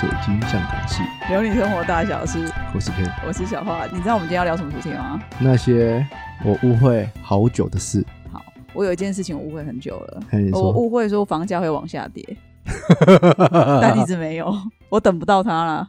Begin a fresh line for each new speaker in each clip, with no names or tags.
水晶相谈室，
聊你生活大小事，
我是 Ken。
我是小花。你知道我们今天要聊什么主题吗？
那些我误会好久的事，
我有一件事情我误会很久了，
嘿你
我
说，
误会说房价会往下跌，但一直没有，我等不到它了。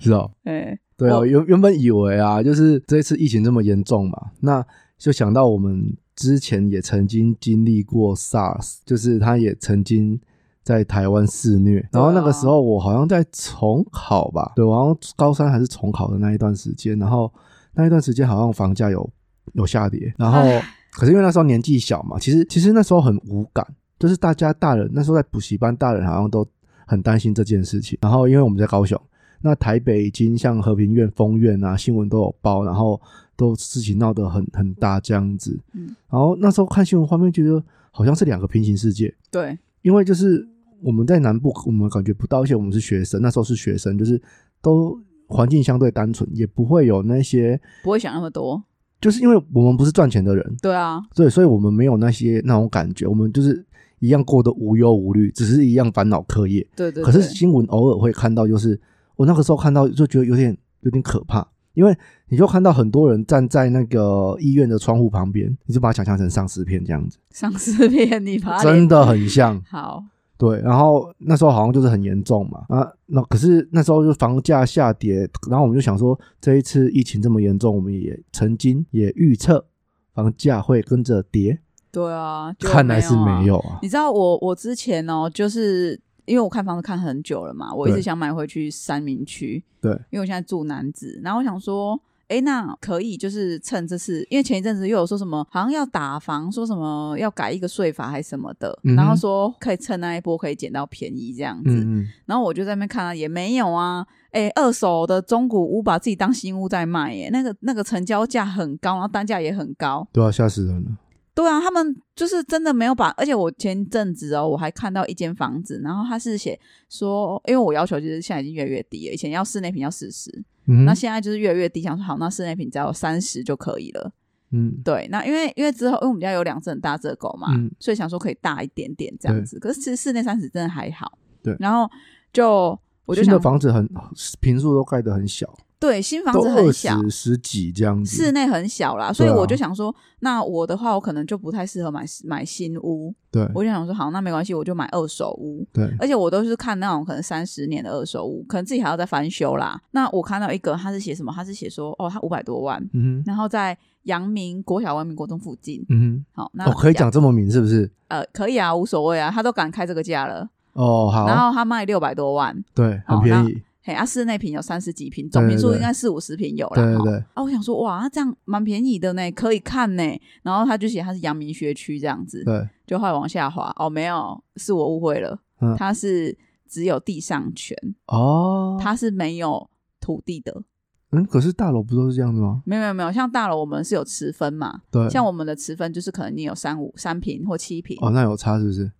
是哦，
哎、
对啊，
我
原原本以为啊，就是这次疫情这么严重嘛，那就想到我们之前也曾经经历过 SARS，就是他也曾经在台湾肆虐，
啊
然后那个时候我好像在重考吧，对，我好像高三还是重考的那一段时间，然后那一段时间好像房价有有下跌，然后
唉
可是因为那时候年纪小嘛，其实其实那时候很无感，就是大家大人那时候在补习班，大人好像都很担心这件事情。然后因为我们在高雄，那台北已经像和平苑、丰苑啊，新闻都有报，然后都事情闹得很很大这样子。
嗯
然后那时候看新闻画面，觉得好像是两个平行世界，
对，
因为就是我们在南部，我们感觉不到，而且我们是学生，那时候是学生，就是都环境相对单纯，也不会有那些，
不会想那么多。
就是因为我们不是赚钱的人，
对啊，
对，所以我们没有那些那种感觉，我们就是一样过得无忧无虑，只是一样烦恼课业。
对对对。
可是新闻偶尔会看到，就是我那个时候看到就觉得有点有点可怕，因为你就看到很多人站在那个医院的窗户旁边，你就把它想象成丧尸片这样子，
上次骗你把它连
真的很像。
好，
对，然后那时候好像就是很严重嘛，啊，那可是那时候就房价下跌，然后我们就想说，这一次疫情这么严重，我们也曾经也预测房价会跟着跌，
对啊，就
看来是没
有啊。
有啊。
你知道我我之前哦，就是因为我看房子看很久了嘛，我一直
对
想买回去三明区，
对，
因为我现在住南子，然后我想说。哎，那可以，就是趁这次，因为前一阵子又有说什么，好像要打房，说什么要改一个税法还是什么的，
嗯哼
然后说可以趁那一波可以捡到便宜这样子。
嗯嗯，
然后我就在那边看啊，也没有啊。哎，二手的中古屋把自己当新屋在卖，耶，那个那个成交价很高，然后单价也很高，
对啊，吓死人了。
对啊，他们就是真的没有把，而且我前阵子哦，我还看到一间房子，然后他是写说，因为我要求就是现在已经越来越低了，以前要室内平要四十、
嗯
那现在就是越来越低，想说好，那室内平只要三十就可以了。
嗯，
对，那因为因为之后因为我们家有两只很大只的狗嘛，
嗯
所以想说可以大一点点这样子，可是其实室内三十真的还好。
对
然后就我就
新的
想，
房子很平数都盖得很小，
对，新房
都
子
二
很小，
十十几这样子。
室内很小啦，所以
对啊
我就想说，那我的话我可能就不太适合买买新屋。
对
我就想说，好，那没关系，我就买二手屋。
对，
而且我都是看那种可能三十年的二手屋，可能自己还要再翻修啦。那我看到一个，他是写什么？他是写说，哦，他五百多万，
嗯哼
然后在阳明国小、阳明国中附近。
嗯
好，那
哼，哦，可以
讲
讲这么明是不是？
呃，可以啊，无所谓啊，他都敢开这个价了。
哦，
然
好，
后他卖六百多万，
对，很
好
便
那
宜，
嘿，啊，室内平有三十几平，
对
总平数
对
应该四五十平有
对
啦。
对
哈
对，
啊，我想说，哇，那这样蛮便宜的呢，可以看呢。然后他就写他是阳明学区这样子，
对，
就后来往下滑。哦，没有，是我误会了，
嗯
他是只有地上权，
哦，
他是没有土地的。
嗯，可是大楼不都是这样子吗？
没有没有没有，像大楼我们是有持分嘛，
对，
像我们的持分就是可能你有三五三平或七平，
嗯哦，那有差是不是？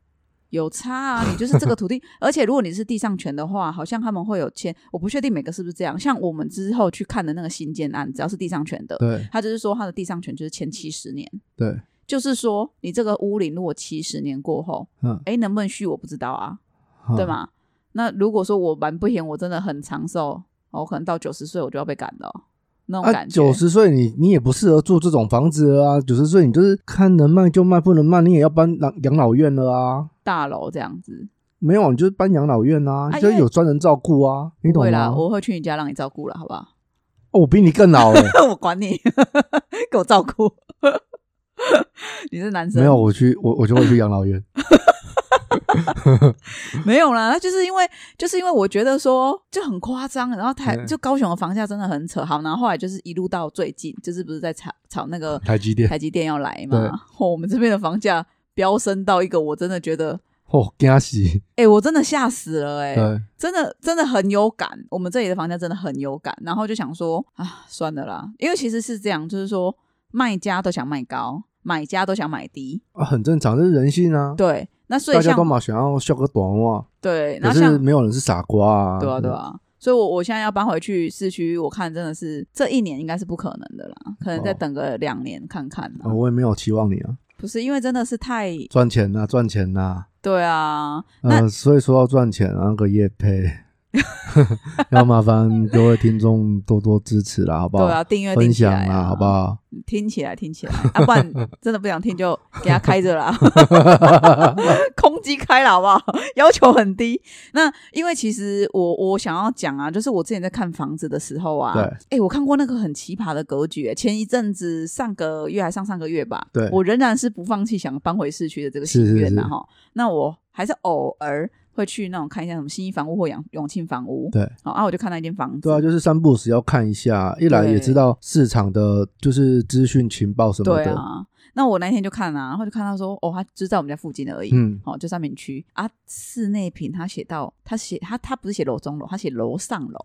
有差啊，你就是这个土地。 而且如果你是地上权的话，好像他们会有签，我不确定每个是不是这样。像我们之后去看的那个新建案，只要是地上权的，
对
他就是说他的地上权就是签七十年。
对，
就是说，你这个屋龄如果七十年过后，
嗯，
哎，能不能续我不知道啊，
嗯
对？吗？那如果说我蛮不行，我真的很长寿，哦，我可能到九十岁我就要被赶了哦、那种
啊，
感觉。
九十岁你你也不适合住这种房子了啊！九十岁你就是看能卖就卖，不能卖你也要搬养养老院了啊！
大楼这样子，
没有，你就是搬养老院啊，
啊
就
因为
有专人照顾啊，你
不
懂
会
吗？
啦，
哦，
我会去你家让你照顾了，好不好？
我比你更老了，
我管你，给我照顾。你是男生？
没有，我去，我我就会去养老院。
没有啦，那就是因为就是因为我觉得说就很夸张，然后台
嗯
就高雄的房价真的很扯。好，然后后来就是一路到最近，就是不是在炒炒那个
台积电，
台积电要来
对
嘛？哦，我们这边的房价飙升到一个我真的觉得，
哦，惊喜，
哎、我真的吓死了、诶哎，
对，
真的真的很有感。我们这里的房价真的很有感，然后就想说啊，算了啦，因为其实是这样，就是说卖家都想卖高，买家都想买低，
啊，很正常，这是人性啊。
对。那所
大
以
家
像
都嘛想要笑个短袜，
对，
可
那像
是没有人是傻瓜啊。
对啊，对，啊。所以我，我现在要搬回去市区，我看真的是这一年应该是不可能的啦，可能再
哦
等个两年看看啦、
啊我也没有期望你啊，
不是因为真的是太
赚钱呐，赚钱呐，
对啊，那
呃，所以说要赚钱啊，那个业配，要麻烦各位听众多多支持啦，好不好？
对啊，订阅订
分
起
享
来
啦，好不？好？
听起来，听起来，啊，不然真的不想听就给他开着啦，空机开了好不好？ 要求很低。那因为其实我我想要讲啊，就是我之前在看房子的时候啊，
对，
哎、我看过那个很奇葩的格局、诶前一阵子上个月还上上个月吧，
对
我仍然是不放弃想搬回市区的这个
是
心
是
愿呐、啊
是
哈。那我还是偶尔会去那种看一下什么新一房屋或永永庆房屋，
对，
好啊，我就看到一间房子，
对啊，就是三不时要看一下，一来也
对
知道市场的就是资讯情报什么
对
的，
啊，那我那天就看啊，然后就看到说，哦，他就在我们家附近而已，
嗯，
哦，就三明区啊。室内品他写到，他写他他不是写楼中楼，他写楼上楼，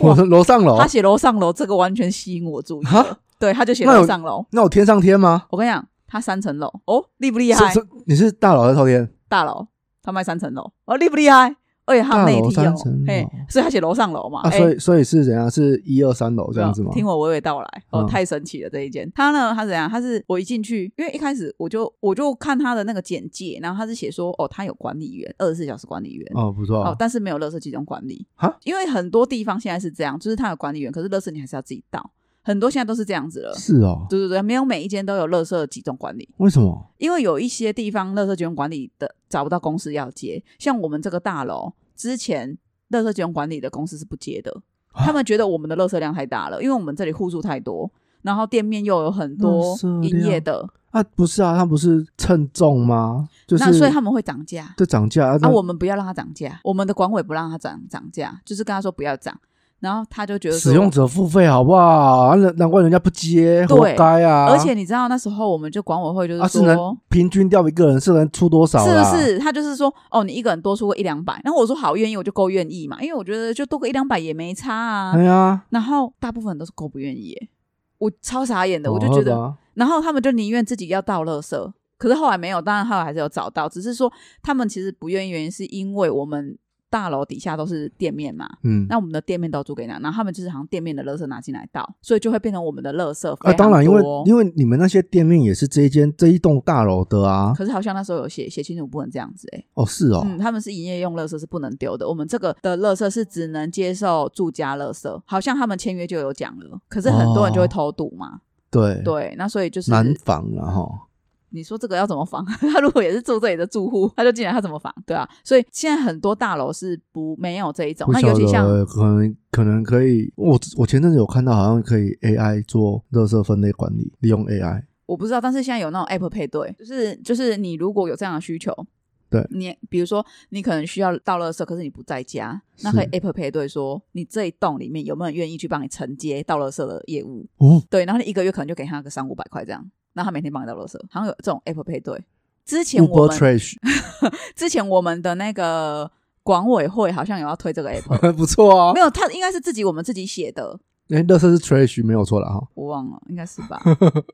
我的楼上楼
他，写楼上楼，这个完全吸引我注意
哦哈
了。对，他就写
那有
楼上楼。
那我天上天吗？
我跟你讲，他三层楼哦，厉不厉害
是？是，你是大佬在头天，
大楼他卖三层楼哦，厉不厉害？而且他
大
内
楼
梯
三
哦
层，
嘿
楼，
所以他写楼上楼嘛，
啊，
哎
所以所以是怎样？是一二三楼这样子吗？
啊听我娓娓道来，哦，
嗯
太神奇了这一间。他呢，他怎样？他是我一进去，因为一开始我就我就看他的那个简介，然后他是写说，哦，他有管理员，二十四小时管理员。
哦，不错
哦
啊，，
但是没有垃圾集中管理
哈，
因为很多地方现在是这样，就是他有管理员，可是垃圾你还是要自己倒，很多现在都是这样子了。
是哦，
对对对，没有每一间都有垃圾集中管理，
为什么？
因为有一些地方垃圾集中管理的找不到公司要接，像我们这个大楼之前垃圾集中管理的公司是不接的，
啊
他们觉得我们的垃圾量太大了，因为我们这里户数太多，然后店面又有很多
垃圾量
营业的，
啊，不是啊，他不是称重吗？就是
那所以他们会涨价。
这涨价啊，
啊，
那
我们不要让它涨价，我们的管委不让它涨涨价，就是跟他说不要涨，然后他就觉得说
使用者付费好不好？啊难难怪人家不接，
对
活该啊！
而且你知道那时候我们就管委会就是
啊，是
说。
能平均掉一个人是能出多少
是
啦？
不是？他就是说，哦，你一个人多出个一两百，然后我说好，愿意我就够愿意嘛，因为我觉得就多个一两百也没差啊。
哎呀，
然后大部分人都是够不愿意耶，我超傻眼的，
哦
我就觉得，
好吧
然后他们就宁愿自己要倒垃圾，可是后来没有，当然后来还是有找到，只是说他们其实不愿意，原因是因为我们大楼底下都是店面嘛，
嗯，
那我们的店面都租给人家，然后他们就是好像店面的垃圾拿进来倒，所以就会变成我们的垃圾非
啊，
常
当然，因为
多
因为你们那些店面也是这一间这一栋大楼的啊。
可是好像那时候有写写清楚不能这样子哎、
哦，是哦，
嗯，他们是营业用垃圾是不能丢的，我们这个的垃圾是只能接受住家垃圾，好像他们签约就有讲了，可是很多人就会
哦
偷渡嘛，
对，
对，那所以就是
难防啊哈。
你说这个要怎么防？ 他如果也是住这里的住户，他就进来，他怎么防？对啊，所以现在很多大楼是不没有这一种，
不欸晓
那尤其像
得，可能可能可以，我我前阵子有看到，好像可以 AI 做垃圾分类管理，利用 AI。
我不知道，但是现在有那种 app 配对，就是就是你如果有这样的需求，
对
你比如说你可能需要倒垃圾，可是你不在家，那
是
可以 app 配对说你这一栋里面有没有人愿意去帮你承接倒垃圾的业务？
哦，
对，然后你一个月可能就给他个三五百块这样，然后他每天帮你倒垃圾，好像有这种 app 配对。之前我
Uber
们
Trash
之前我们的那个管委会好像有要推这个 app，
不错啊
没。有，他应该是自己我们自己写的，
哎，垃圾是 Trash 没有错了哈。
我忘了，应该是吧。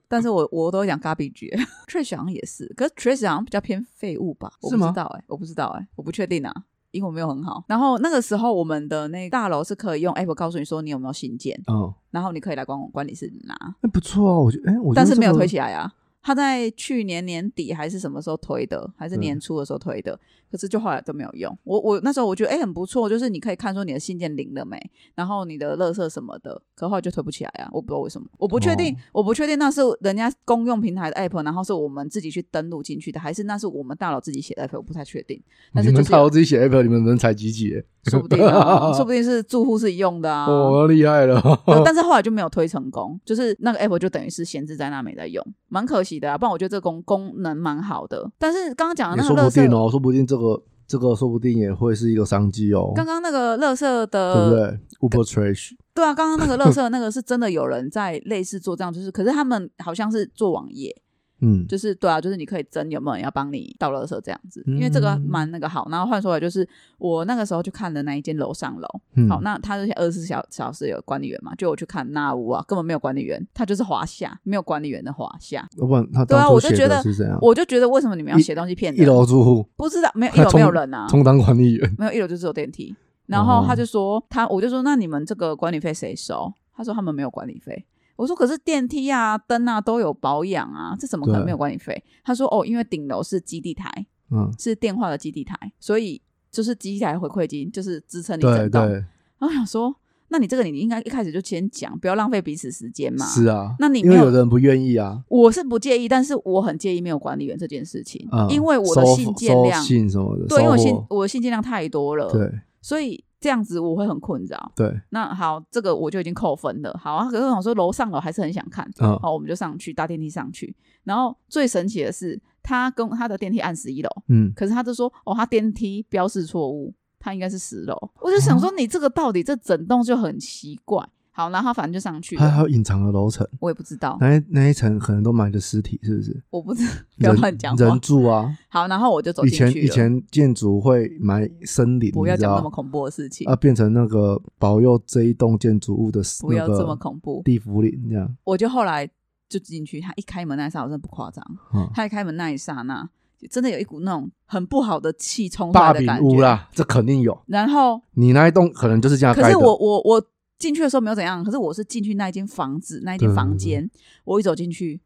但是我我都会讲 garbage 欸 trash 好像也是，可是 trash 好像比较偏废物吧？我
是
不
吗
知道哎、我不知道哎、我不确定啊，英文没有很好。然后那个时候我们的那个大楼是可以用 app 告诉你说你有没有信件，
嗯，
然后你可以来管管理室拿，
哎，不错啊，我觉得，哎，我觉得
但是没有
这个
推起来啊。他在去年年底还是什么时候推的，还是年初的时候推的，可是就后来都没有用。我我那时候我觉得哎、很不错，就是你可以看说你的信件领了没，然后你的垃圾什么的，可后来就推不起来啊，我不知道为什么，我不确定，
哦
我不确定那是人家公用平台的 app，然后是我们自己去登录进去的，还是那是我们大佬自己写的 app，我不太确定，但是
你
就
们
是
大
有
楼自己写 app，你们人才济济耶，
说不定、啊，说不定是住户自己用的啊。
哦，厉害了。
对但是后来就没有推成功，就是那个 app 就等于是闲置在那没在用，蛮可惜的啊。不然我觉得这个功功能蛮好的，但是刚刚讲的
也
那
说
个
不
乐色，
定哦，说不定这个这个说不定也会是一个商机哦，
刚刚那个乐色
对
的，
不对？Uber Trash
对啊，刚刚那 个乐色那个是真的有人在类似做这样，就是可是他们好像是做网页，
嗯，
就是对啊，就是你可以争有没有人要帮你倒垃圾这样子，因为这个
嗯
蛮那个好。然后换说来就是我那个时候去看的那一间楼上楼，
嗯
好，那他就是二十四小小时有管理员嘛，就我去看那屋啊，根本没有管理员，他就是华夏，没有管理员的华夏。
要不然他
对啊
当初
我就
写
觉
的
得
是怎样？
我就觉得为什么你们要
一
写东西骗
一
人？
楼住户
不知道，没有一
他
楼没有
从
人啊，
充当管理员，
没有一楼就只有电梯。然后他
哦
就说他，我就说那你们这个管理费谁收？他说他们没有管理费。我说可是电梯啊、灯啊都有保养啊，这怎么可能
对
没有管理费？他说哦，因为顶楼是基地台，
嗯，
是电话的基地台，所以就是机台回馈金，就是支撑你
对
整栋。
对，
然后我想说，那你这个你应该一开始就先讲，不要浪费彼此时间嘛。
是啊，
那你
因
没
为
有
有的人不愿意啊，
我是不介意，但是我很介意没有管理员这件事情，
嗯
因为我的
收
信件量
收，信什么的，
对，因为我
收
信呃
货
我的信件量太多了，
对
所以这样子我会很困扰。
对，
那好，这个我就已经扣分了。好啊，可是我想说楼上楼还是很想看，
嗯
好，我们就上去搭电梯上去。然后最神奇的是，他跟他的电梯按十一楼，
嗯，
可是他就说哦，他电梯标示错误，他应该是十楼。我就
啊
想说，你这个到底这整栋就很奇怪。好，然后他反正就上去
还还哎
了，
有隐藏的楼层，
我也不知道，
那一那一层可能都埋着尸体，是不是？
我不知道，不要
人
乱讲话
人。住啊，
好，然后我就走
以
进去
前
了。
以前建筑会埋森林，
不要
你知
讲
道
那么恐怖的事情，
啊，变成那个保佑这一栋建筑物的
不要
那个
这么恐怖。
地府林这样，
我就后来就进去，他一开门那一刹，我真的不夸张，
嗯，
他一开门那一刹那，真的有一股那种很不好的气冲出来
大
的
饼
感
屋
觉。
啦，这肯定有。
然后，
你那一栋可能就是这样
可
盖
是
的，
我我我进去的时候没有怎样，可是我是进去那一间房子那一间
对
房
对对
间，我一走进去，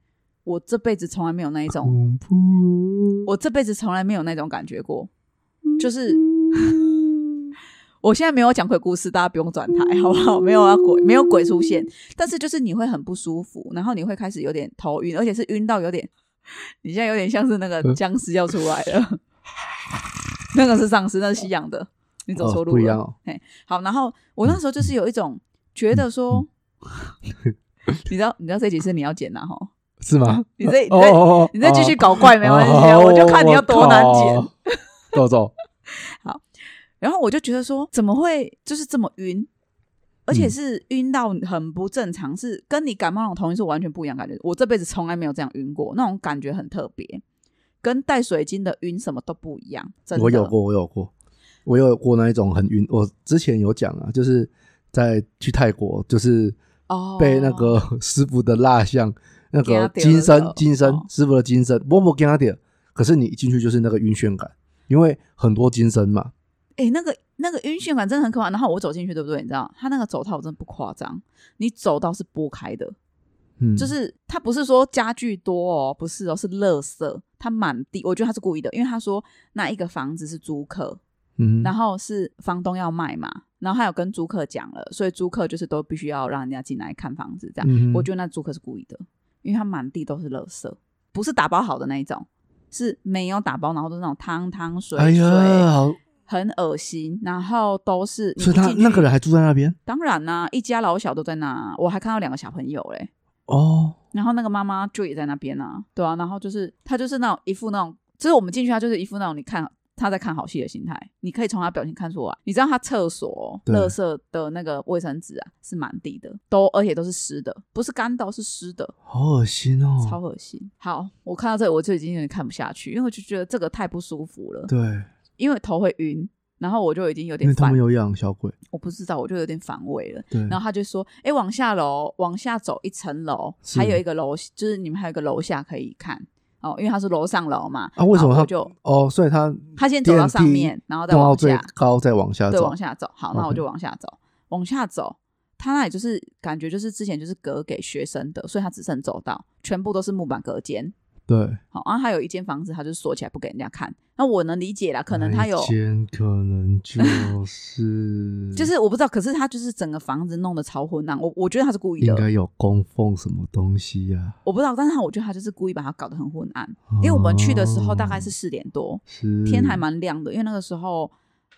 我这辈子从来没有那一种，
恐 怖，
我这辈子从来没有那种感觉过，就是。我现在没有讲鬼故事，大家不用转台，
嗯
好不好？没有啊，鬼没有鬼出现，但是就是你会很不舒服，然后你会开始有点头晕，而且是晕到有点，你现在有点像是那
嗯
个僵尸要出来了， 那个是丧尸，那是西洋的，你走错
哦
路
不一
了。
样哦，
好，然后我那时候就是有一种觉得说，
嗯
你知道，你知道这集是你要剪的、啊、哈，
是吗？
你这你
哦
这
哦哦，
你这继续搞怪没
哦
关系啊，
哦
我就看你要多难剪。
靠，豆豆，
然后我就觉得说，怎么会就是这么晕？而
嗯
且是晕到很不正常，是跟你感冒那种头晕是完全不一样的感觉。我这辈子从来没有这样晕过，那种感觉很特别，跟带水晶的晕什么都不一样。 真的，
我有过，我有过，我有过那一种很晕。我之前有讲啊，就是在去泰国，就是
哦，
被那个 师傅的蜡像，那
给
个
他丢
金
的时
身
候
金身
哦
师傅的金身，摸摸给他点。可是你一进去就是那个晕眩感，因为很多金身嘛，
哎、那个那个晕眩感真的很可怕。然后我走进去，对不对？你知道，他那个走道我真的不夸张，你走道是拨开的，
嗯，
就是他不是说家具多哦，不是哦，是垃圾，他满地。我觉得他是故意的，因为他说那一个房子是租客，
嗯
然后是房东要卖嘛，然后他有跟租客讲了，所以租客就是都必须要让人家进来看房子这样。
嗯哼
我觉得那租客是故意的，因为他满地都是垃圾，不是打包好的那一种，是没有打包，然后都是那种汤汤水水，
哎呀，好
很恶心，然后都是你
所以
一
他
进去
那个人还住在那边
当然啦、一家老小都在那啊，我还看到两个小朋友嘞、欸
哦，
然后那个妈妈就也在那边啊，对啊，然后就是她就是那种一副那种，就是我们进去，她就是一副那种你看她在看好戏的心态，你可以从她表情看出来。你知道她厕所、
对
垃圾的那个卫生纸啊是满地的，都而且都是湿的，不是干的哦，是湿的，
好恶心哦，
超恶心。好，我看到这里我就已经有点看不下去，因为我就觉得这个太不舒服了，
对，
因为头会晕，然后我就已经有
因
点
为他
反
们，有养小鬼，
我不知道，我就有点反胃了。
对，
然后他就说：“哎、往下楼，往下走一层楼，
是
还有一个楼，就是你们还有一个楼下可以看哦，因为他是楼上楼嘛。
啊为什么
好
他
我就
哦，所以他
他先走到上
电
面
梯，
然后再
弄到
往
最
下，
高再往下
对，
走
往，下走。好，
OK
那我就往下走，往下走。他那里就是感觉就是之前就是隔给学生的，所以他只剩走道，全部都是木板隔间。
对，
好、然后还有一间房子，他就锁起来不给人家看。那我能理解啦，可能他有
那一，间可能就是
就是我不知道，可是他就是整个房子弄得超混乱。我我觉得他是故意
应
的，
该有供奉什么东西呀、
我不知道，但是他我觉得他就是故意把它搞得很昏暗。因为我们去的时候大概是
哦嗯
四点多，
是
天还蛮亮的，因为那个时候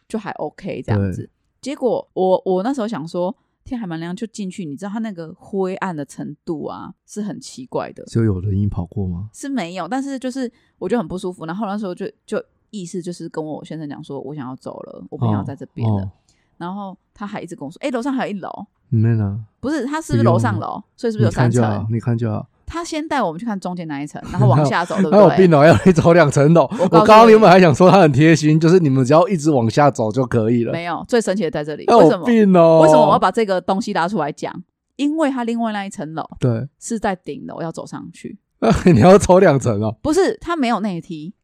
就还 OK 这
对
样子。结果我我那时候想说天还蛮亮，就进去，你知道它那个灰暗的程度啊是很奇怪的，
就有人影跑过吗？
是没有，但是就是我就很不舒服。然后那时候就就意思就是跟我先生讲说，我想要走了，我
我
不想要在这边了。
哦、
然后他还一直跟我说，哎、楼上还有一楼，
你们呢？
不是他是不是
不用
楼上楼？所以是不是
你
有三
看就好
层，？
你看就好。
他先带我们去看中间那 一层，然后往下走，对不
他有病
对？
哦，要你走两层楼。我
告诉
刚刚
你
原本还想说他很贴心，就是你们只要一直往下走就可以了。
没有，最神奇的在这里，
他
为什
有
么？
病哦！
为什么我要把这个东西拉出来讲？因为它另外那一层楼
对？
是在顶楼要走上去，
你要走两层哦？
不是它没有内梯，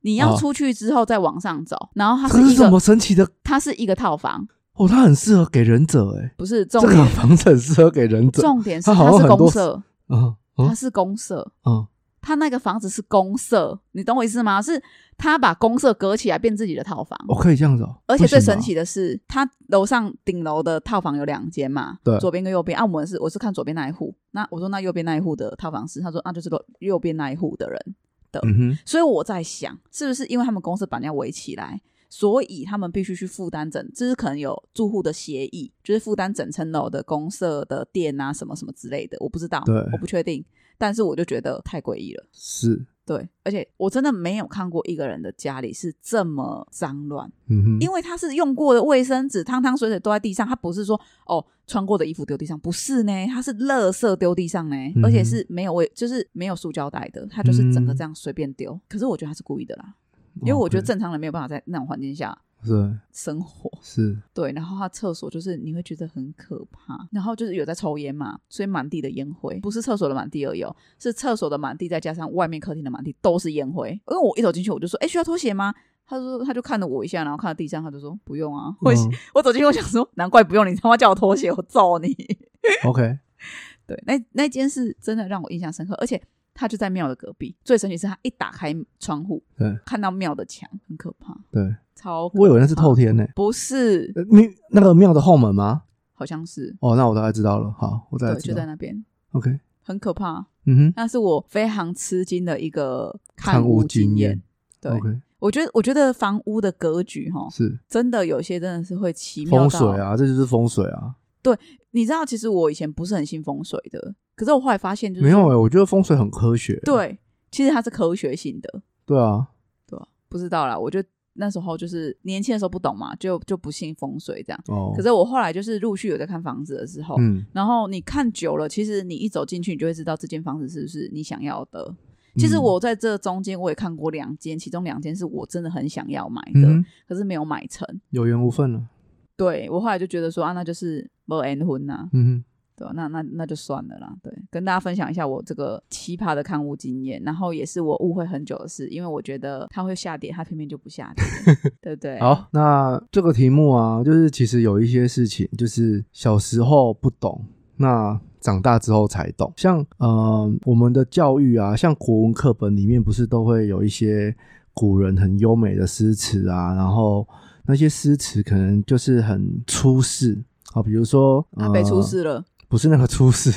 你要
哦
出去之后再往上走。然后它
这
是
是
一
什
个
么，神奇的？
它是一个套房，
哦，它很适合给忍者哎，
不是重
这个
点。
房子很适合给忍者。
重点是
它好
它
像
是
很多
公社，
嗯
它
嗯
是公社，
嗯，
他那个房子是公社，你懂我意思吗？是他把公社隔起来变自己的套房，
我可以这样子哦。
而且最
不行
神
吗
奇的是，他楼上顶楼的套房有两间嘛，
对
左边跟右边。啊，我们是我是看左边那一户，那我说那右边那一户的套房是，他说啊就是楼右边那一户的人，
嗯哼，
所以我在想，是不是因为他们公司把人家围起来，所以他们必须去负担整，就是可能有住户的协议，就是负担整层楼的公社的电啊什么什么之类的，我不知道
对，
我不确定，但是我就觉得太诡异了。
是，
对，而且我真的没有看过一个人的家里是这么脏乱，
嗯哼，
因为他是用过的卫生纸、汤汤水水都在地上，他不是说哦穿过的衣服丢地上，不是呢，他是垃圾丢地上呢，
嗯哼
而且是没有卫，就是没有塑胶袋的，他就是整个
嗯
这样随便丢。可是我觉得他是故意的啦，因为我觉得正常人没有办法在那种环境下
哦对
生活。
是，
对，然后他厕所就是你会觉得很可怕，然后就是有在抽烟嘛，所以满地的烟灰，不是厕所的满地而已哦，是厕所的满地，再加上外面客厅的满地都是烟灰。因为我一走进去我就说，哎，需要拖鞋吗？他说，他就看了我一下，然后看到地上，他就说不用啊。我、
嗯
我走进去，我想说，难怪不用你他妈叫我拖鞋，我揍你。
OK，
对，那那间是真的让我印象深刻，而且他就在庙的隔壁。最神奇是他一打开窗户，
对
看到庙的墙，很可怕，
对，
超可
我以为那是
怕
透天呢、
不是，
呃你那个庙的后门吗？
好像是，
哦，那我大概知道了。好，我大
对
概，啊知
就
道
在。那边，
OK，
很可怕。
嗯哼，
那是我非常吃惊的一个
看
屋
屋经
验
验。
对
o k
我觉得我觉得房屋的格局哈，
是
真的有些真的是会奇妙
风
到
水。啊，这就是风水啊。
你知道，其实我以前不是很信风水的，可是我后来发现就是
没有
说
哎、我觉得风水很科学。
对，其实它是科学性的，
对啊，
对吧？不知道啦，我就那时候就是年轻的时候不懂嘛，就就不信风水这样。
哦，
可是我后来就是陆续有在看房子的时候，
嗯，
然后你看久了，其实你一走进去，你就会知道这间房子是不是你想要的。其
嗯
实我在这中间我也看过两间，其中两间是我真的很想要买的，
嗯哼
可是没有买成。
有缘无分了。
对我后来就觉得说啊，那就是没缘婚呐、
嗯
对吧、那那那就算了啦。对，跟大家分享一下我这个奇葩的看屋经验，然后也是我误会很久的事，因为我觉得它会下跌，它偏偏就不下 跌，对不对？
哼，，好，那这个题目啊，就是其实有一些事情，就是小时候不懂，那长大之后才懂。像呃，我们的教育啊，像国文课本里面不是都会有一些古人很优美的诗词啊，然后那些诗词可能就是很出世啊，比如说
阿北出
呃
事了，
不是那个出 世，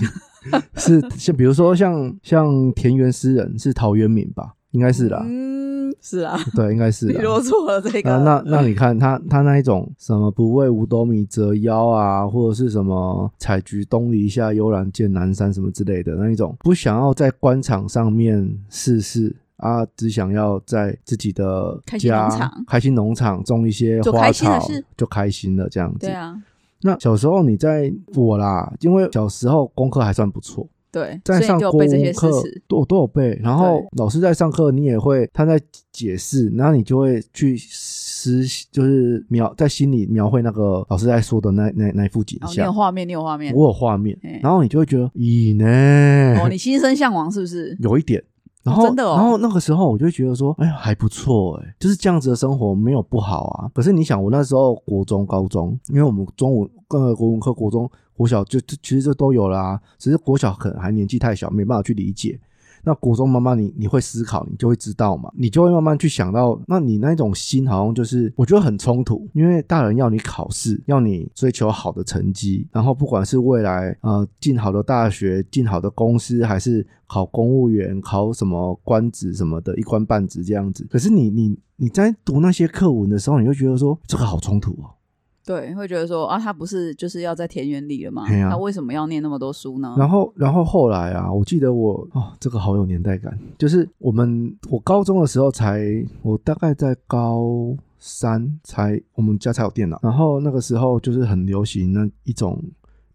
是像比如说像像田园诗人是陶渊明吧，应该是啦，
嗯，是啊，
对，应该是
你
啦。
落错了这
那
个，嗯
那那你看他他那一种什么不为五斗米折腰啊，或者是什么采菊东篱下，悠然见南山什么之类的那一种，不想要在官场上面世事啊，只想要在自己的
开心
家
农场
开心农场种一些
做
花
开心的
草
事，
就开心了这样子
对。啊，
那小时候你在我啦，因为小时候功课还算不错，
对，所
在
以
上
你就
国
背这
文
些
课
事实。
都都有背，然后老师在上课，你也会他在解释，然后你就会去思，就是描在心里描绘那个老师在说的那那那一幅景
哦，你
象，
有画面，你有画面。
我有画面
嘿，
然后你就会觉得咦
哦，
呢，
你心生向往是不是？
有一点。然后，
真的哦
然后那个时候我就会觉得说，哎呀，还不错哎，就是这样子的生活没有不好啊。可是你想，我那时候国中、高中，因为我们中文呃国文科、国中、国小就就其实就都有啦、只是国小可能还年纪太小，没办法去理解。那国中慢慢你你会思考，你就会知道嘛，你就会慢慢去想到，那你那种心好像就是我觉得很冲突，因为大人要你考试，要你追求好的成绩，然后不管是未来呃进好的大学、进好的公司，还是考公务员、考什么官职什么的，一官半职这样子。可是你你你在读那些课文的时候，你就觉得说这个好冲突哦。
对，会觉得说啊，他不是就是要在田园里了吗？
嘿啊
他为什么要念那么多书呢？
然后，然后后来啊，我记得我哦，这个好有年代感，就是我们我高中的时候才，我大概在高三才，我们家才有电脑，然后那个时候就是很流行那一种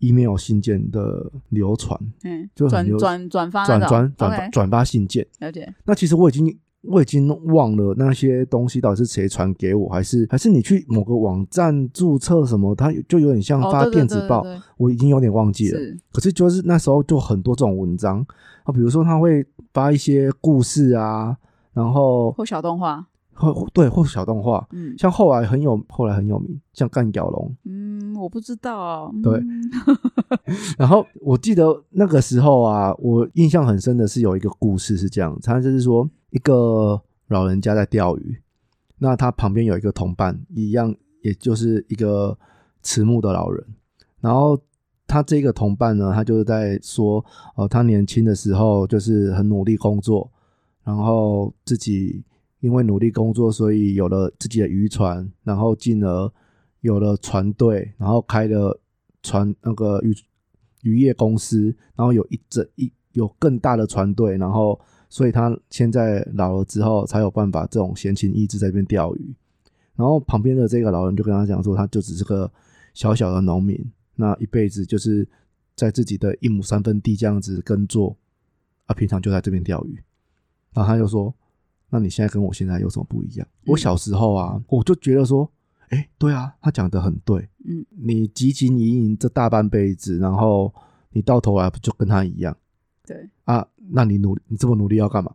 email 信件的流传，
嗯，
就很
转
流
转转发
转
那种
转转
OK，
发转发信件。
了解。
那其实我已经我已经忘了那些东西到底是谁传给我，还是还是你去某个网站注册什么，它就有点像
哦，
发
对对
电
对
子
对
报，
对
我已经有点忘记了。
是
可是就是那时候就很多这种文章啊，比如说他会发一些故事啊，然后
或小动画，
或对或小动画，
嗯
像后来很有后来很有名，像干屌龙，
嗯，我不知道，嗯
对，然后我记得那个时候啊，我印象很深的是有一个故事是这样，他就是说一个老人家在钓鱼，那他旁边有一个同伴，一样也就是一个迟暮的老人，然后他这个同伴呢，他就是在说，呃，他年轻的时候就是很努力工作，然后自己因为努力工作，所以有了自己的渔船，然后进而有了船队，然后开了船那个渔渔业公司，然后有一整一有更大的船队，然后所以他现在老了之后才有办法这种闲情逸致在这边钓鱼。然后旁边的这个老人就跟他讲说，他就只是个小小的农民，那一辈子就是在自己的一亩三分地这样子耕作，啊，平常就在这边钓鱼。然后他就说：“那你现在跟我现在有什么不一样？”我小时候啊，我就觉得说，哎、对啊，他讲的很对，
嗯，
你汲汲营营这大半辈子，然后你到头来不就跟他一样
对，
啊？那你努你这么努力要干嘛？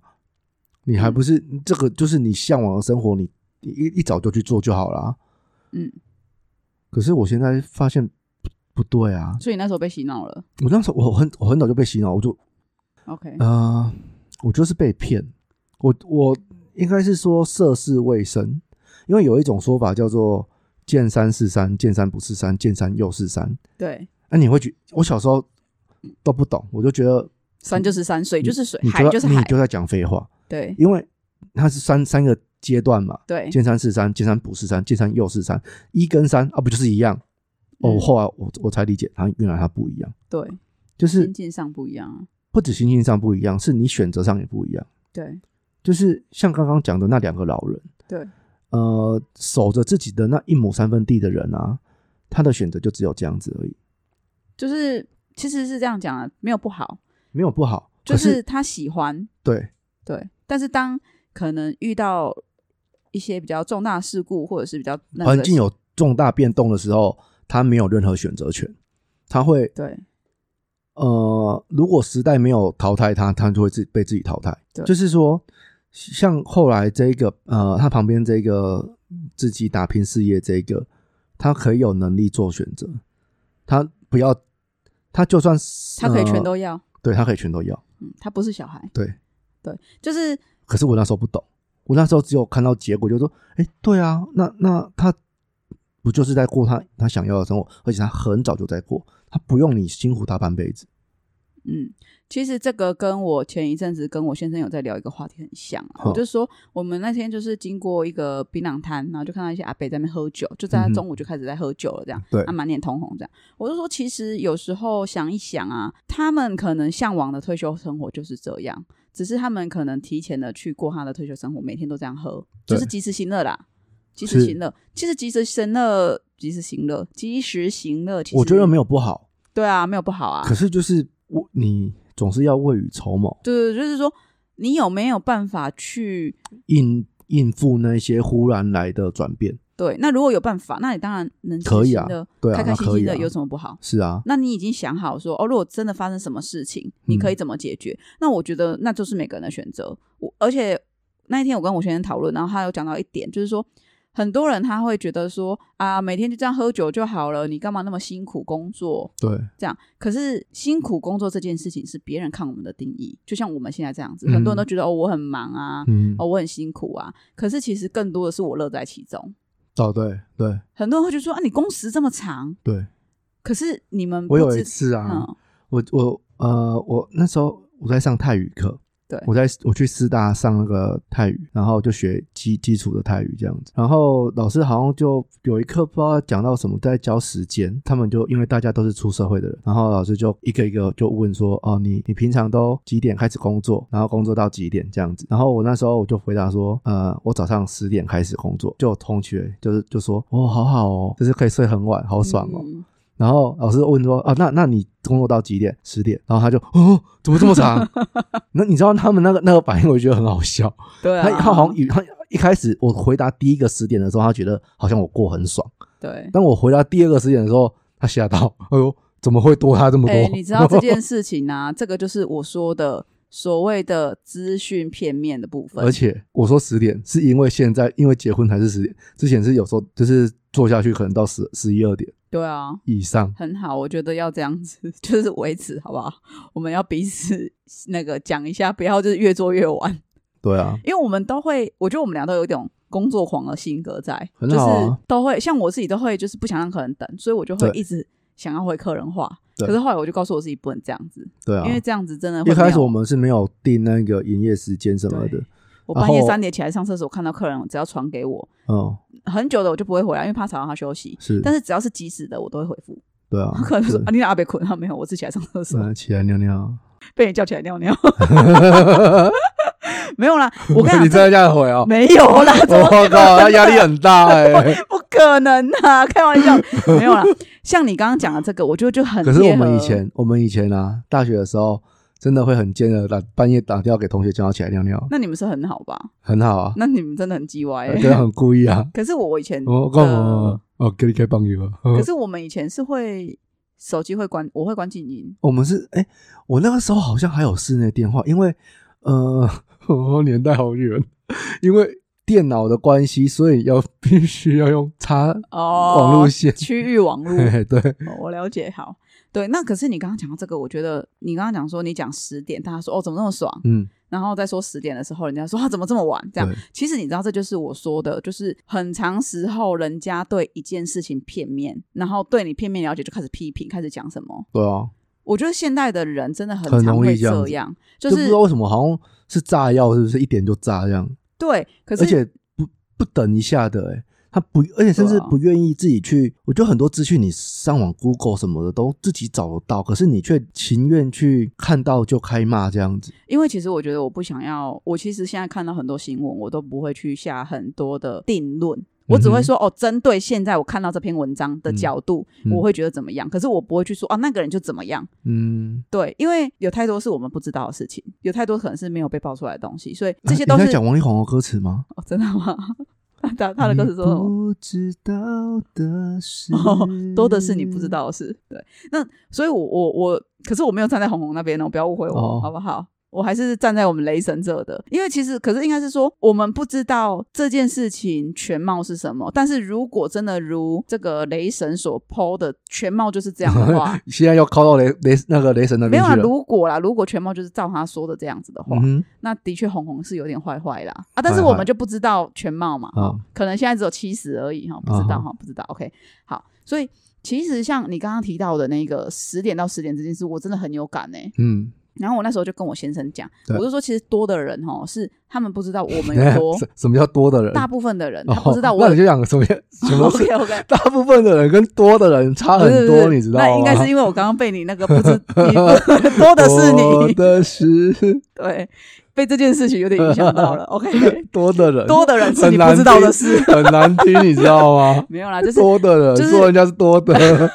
你
嗯
还不是、这个就是你向往的生活，你你一一早就去做就好了。啊
嗯，
可是我现在发现不不对啊，
所以你那时候被洗脑了
我那时候我很我很早就被洗脑，我就
，OK，
呃，我就是被骗。我我应该是说涉世未深，因为有一种说法叫做“见山是山，见山不是山，见山又是山
对，”
啊。那你会觉，我小时候都不懂，我就觉得
山就是山，水就是水
你，
海
就
就是
在
海
你，就在讲废话，
对
因为它是三三个阶段嘛，
对，
见山是山，见山不是山，见山又是山，一跟三啊，不就是一样？哦，
嗯
我后来我我才理解，它原来它不一样，
对，
就是
心境上不一样啊，
不止心性上不一样，是你选择上也不一样。
对
就是像刚刚讲的那两个老人，
对，
呃，守着自己的那一亩三分地的人啊，他的选择就只有这样子而已，
就是其实是这样讲啊，没有不好，
没有不好。
就
可
是他喜欢，
对，
对，但是当可能遇到一些比较重大事故或者是比较那个
环境有重大变动的时候，他没有任何选择权，他会
对
呃，如果时代没有淘汰他，他就会自己被自己淘汰。
对
就是说，像后来这一个呃，他旁边这个自己打拼事业这一个，他可以有能力做选择，他不要，他就算是
他可以全
呃
都要，
对他可以全都要。
嗯，他不是小孩，
对
对，就是
可是我那时候不懂，我那时候只有看到结果，就说，哎，对啊，那那他不就是在过他他想要的生活，而且他很早就在过，他不用你辛苦大半辈子。
嗯，其实这个跟我前一阵子跟我先生有在聊一个话题很像啊。
好
我就说，我们那天就是经过一个槟榔摊，然后就看到一些阿伯在那边喝酒，就在
嗯
他
哼
中午就开始在喝酒了，这样，
对
啊，满脸通红这样。我就说，其实有时候想一想啊，他们可能向往的退休生活就是这样，只是他们可能提前的去过他的退休生活，每天都这样喝，
对
就是及时行乐啦。及
是
时行乐，其实及时行乐，及时行乐，及时行乐，其实
我觉得没
有
有不好。
对啊，没有不好啊。
可是就是我，你总是要未雨绸缪，
对，就是说你有没有办法去
应应付那些忽然来的转变。
对？那如果有办法，那你当然能
可以啊
的，
对啊，
开开
那
心
可
心
以
的，
啊，
有什么不好？
是啊，
那你已经想好说哦，如果真的发生什么事情，你
嗯
可以怎么解决？那我觉得那就是每个人的选择。我而且那一天我跟我学生讨论，然后他有讲到一点，就是说很多人他会觉得说啊，每天就这样喝酒就好了，你干嘛那么辛苦工作？
对，
这样。可是辛苦工作这件事情是别人看我们的定义，就像我们现在这样子，
嗯
很多人都觉得哦我很忙啊，
嗯，
哦，我很辛苦啊。可是其实更多的是我乐在其中。
哦，对对
很多人会觉得说啊，你工时这么长，
对，
可是你们不
我有
知
一次啊，
嗯，
我我呃，我那时候我在上泰语课，
对
我在我去师大上那个泰语，然后就学基基础的泰语这样子。然后老师好像就有一课不知道讲到什么，在教时间，他们就因为大家都是出社会的人，然后老师就一个一个就问说，哦，你你平常都几点开始工作，然后工作到几点这样子。然后我那时候我就回答说，呃，我早上十点开始工作。就有同学就是就说，哦，好好哦，就是可以睡很晚，好爽哦。
嗯
然后老师问说：“啊，那那你工作到几点？十点？”然后他就：“哦，怎么这么 长？”那你知道他们那个那个反应，我觉得很好笑。
对啊，
他他好像以他一开始我回答第一个十点的时候，他觉得好像我过很爽；
对。
当我回答第二个十点的时候，他吓到：“哎呦，怎么会多他这么多？”
哎，你知道这件事情啊？这个就是我说的所谓的资讯片面的部分
而。且我说十点，是因为现在因为结婚还是十点，之前是有时候就是做下去可能到十十一二点
对啊，
以上。
很好，我觉得要这样子，就是维持好不好？ 我们要彼此那个讲一下，不要就是越做越晚，
对啊，
因为我们都会，我觉得我们俩都有一种工作狂的性格在，
很好啊
就是都会像我自己都会就是不想让客人等，所以我就会
对
一直想要回客人话。
对
可是后来我就告诉我自己不能这样子，
对啊
因。为这样子真的会
一开始
没有
我们是没有定那个营业时间什么的
对，我半夜
然后
三点起来上厕所，看到客人只要传给我
嗯，
很久的，我就不会回来，因为怕吵到他休息。
是，
但是只要是及时的，我都会回复。
对啊，
他可能就说
对
啊，你哪被困？他没有，我自己起来上厕所，
嗯，起来尿尿。
被你叫起来尿 尿。没有啦，我跟
你
你
真
讲，
的这样回哦？
没有啦，怎么
我靠，他压力很大哎。
不可能啊！ 开玩笑，没有啦。像你刚刚讲的这个，我觉得就很
可是我
贴
们
合
以前，我们以前啊，大学的时候真的会很尖的，打半夜打电话给同学叫他起来尿尿，
那你们是很好吧？
很好啊，
那你们真的很鸡歪、欸。
真的很故意啊。
可是我以前，
我干嘛？哦，给你开棒球啊。
嗯 啊可是我们以前是会手机会关，我会关静音。
我们是哎、我那个时候好像还有室内电话，因为呃， 年代好远，因为电脑的关系，所以要必须要用插
哦，
网路线。
区域网络
嘿 嘿对，
哦我了解。好，对，那可是你刚刚讲到这个，我觉得你刚刚讲说你讲十点，大家说哦怎么那么爽，
嗯，
然后再说十点的时候，人家说啊怎么这么晚？这样
对，
其实你知道这就是我说的，就是很长时候人家对一件事情片面，然后对你片面了解就开始批评，开始讲什么。
对啊，
我觉得现代的人真的很
很
常
容易
会
这样子
样，
就
就
不
是
知道为什么好像是炸药，是不是一点就炸这样？
对，可
而
是
且不不等一下的、欸，他不，而且甚至
对啊
不愿意自己去。我觉得很多资讯你上网 Google 什么的都自己找得到，可是你却情愿去看到就开骂这样子。
因为其实我觉得我不想要，我其实现在看到很多新闻，我都不会去下很多的定论，我只会说哦，针对现在我看到这篇文章的角度，
嗯嗯
我会觉得怎么样，可是我不会去说哦，那个人就怎么样。
嗯，
对，因为有太多是我们不知道的事情，有太多可能是没有被爆出来的东西，所以
啊
这些
你
都是、
在讲王力宏的歌词吗？
哦、真的吗？ 他他的歌词说什么？
你不知道的事，
哦， 多的是你不知。
嗯
道的事。对，那所以我，我我可是我没有站在红红那边哦，不要误会我，
哦，
好不好？我还是站在我们雷神这的，因为其实可是应该是说，我们不知道这件事情全貌是什么。但是如果真的如这个雷神所剖的全貌就是这样的话
现在要靠到雷雷那个雷神那
没
边
有啦。啊
去了。
如果啦，如果全貌就是照他说的这样子的话，
嗯
那的确红红是有点坏坏啦啊。但是
坏坏
我们就不知道全貌嘛，
哼啊，
可能现在只有七十而已哈，不知道
嗯
哈，不知道。OK，好，所以其实像你刚刚提到的那个十点到十点这件事，我真的很有感呢、欸
嗯，
然后我那时候就跟我先生讲，
对
我就说其实多的人哈，是他们不知道我们 有多，
什什么叫多的人？
大部分的人
哦
他不知道我
那你
有。
就讲什 么什么
OK OK，
大部分的人跟多的人差
不是
很
不是
多，你知道吗？
那应该是因为我刚刚被你那个不 知你 多的是
多
你，
的是
对，被这件事情有点影 响到了。OK，
多的人，
多的人是
很
你
难
不知道的
听
事，
很难听，你知道吗？
没有啦，啊就是
多的人
就是
说人家是多 的，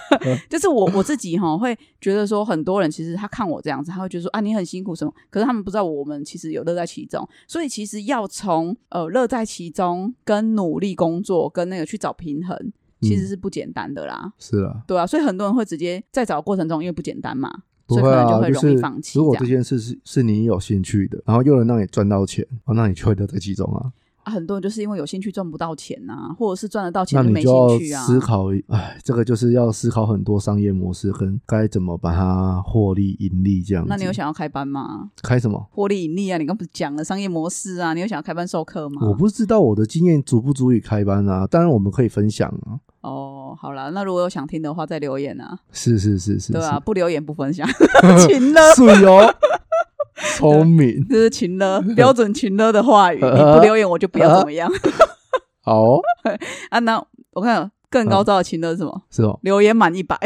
就是我我自己哈，会觉得说，很多人其实他看我这样子，他会觉得说啊，你很辛苦什么？可是他们不知道我们其实有乐在其中，所以其实要从呃乐在其中跟努力工作跟那个去找平衡，其
嗯
实是不简单的啦，
是啊，
对啊，所以很多人会直接在找过程中，因为不简单嘛，
不
所以可能
啊，
会
就
容易
是
放弃
如
这
果这
样
件事是是你有兴趣的，然后又能让你赚到钱，哦，那你就会乐在其中啊。
啊。很多人就是因为有兴趣赚不到钱啊，或者是赚得到
那
钱
你
没
就
兴趣
要
啊。
思考，哎，这个就是要思考很多商业模式跟该怎么把它获利盈利这样子。
那你有想要开班吗？
开什么？
获利盈利啊，你刚不是讲了商业模式啊？你有想要开班授课吗？
我不知道我的经验足不足以开班啊，当然我们可以分享啊。
哦，好啦，那如果有想听的话再留言啊，
是是是是，
对啊，
是
不留言不 分享，勤了，
是哟，聪明，
这是勤了，标准勤了的话语，你不留言我就不要怎么 样
好哦，
啊。那我看更高招的勤了是什么？
是哦，
留言满一百，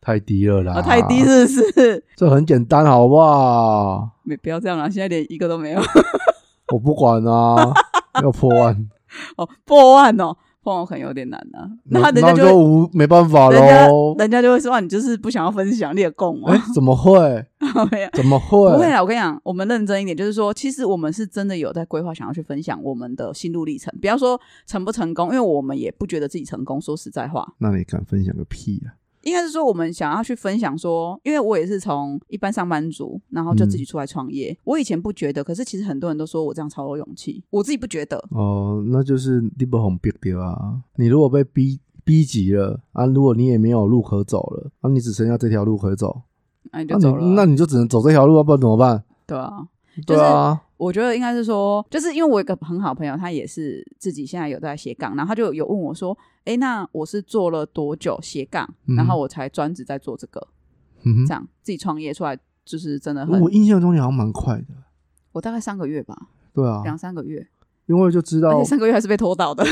太低了啦，
啊 太低，是不是？
这很简单，好不好？
没不要这样啦，现在连一个都没有
我不管啊，要破万，
哦，破万哦，破万可能有点难啊。 那人家
那就
就会
无没办法
人家
喽。
人家就会说啊，你就是不想要分享，你也供
哎
啊，，
怎么会？
没有。
怎么
不会啊
会？
啦，我跟你讲，我们认真一点，就是说，其实我们是真的有在规划，想要去分享我们的心路历程。不要说成不成功，因为我们也不觉得自己成功。说实在话，
那你敢分享个屁啊？
应该是说我们想要去分享说，因为我也是从一般上班族，然后就自己出来创业。我以前不觉得，可是其实很多人都说我这样超有勇气，我自己不觉得。
哦，那就是你被红逼掉啊！你如果被逼逼急了啊，如果你也没有路可走了啊，你只剩下这条路可走，
那你
那
就走了
你
啊、
那你就只能走这条路啊，不然怎么办？
对啊，就
对
是
啊，
我觉得应该是说，就是因为我有一个很好朋友，他也是自己现在有在斜杠，然后他就有问我说：“哎，那我是做了多久斜杠，
嗯
然后我才专职在做这个？
嗯
这样自己创业出来，就是真的
哼，
很……
我印象中你好像蛮快的，
我大概三个月吧，
对啊，哦
两三个月，
因为就知
而
道
且三个月还是被拖到的。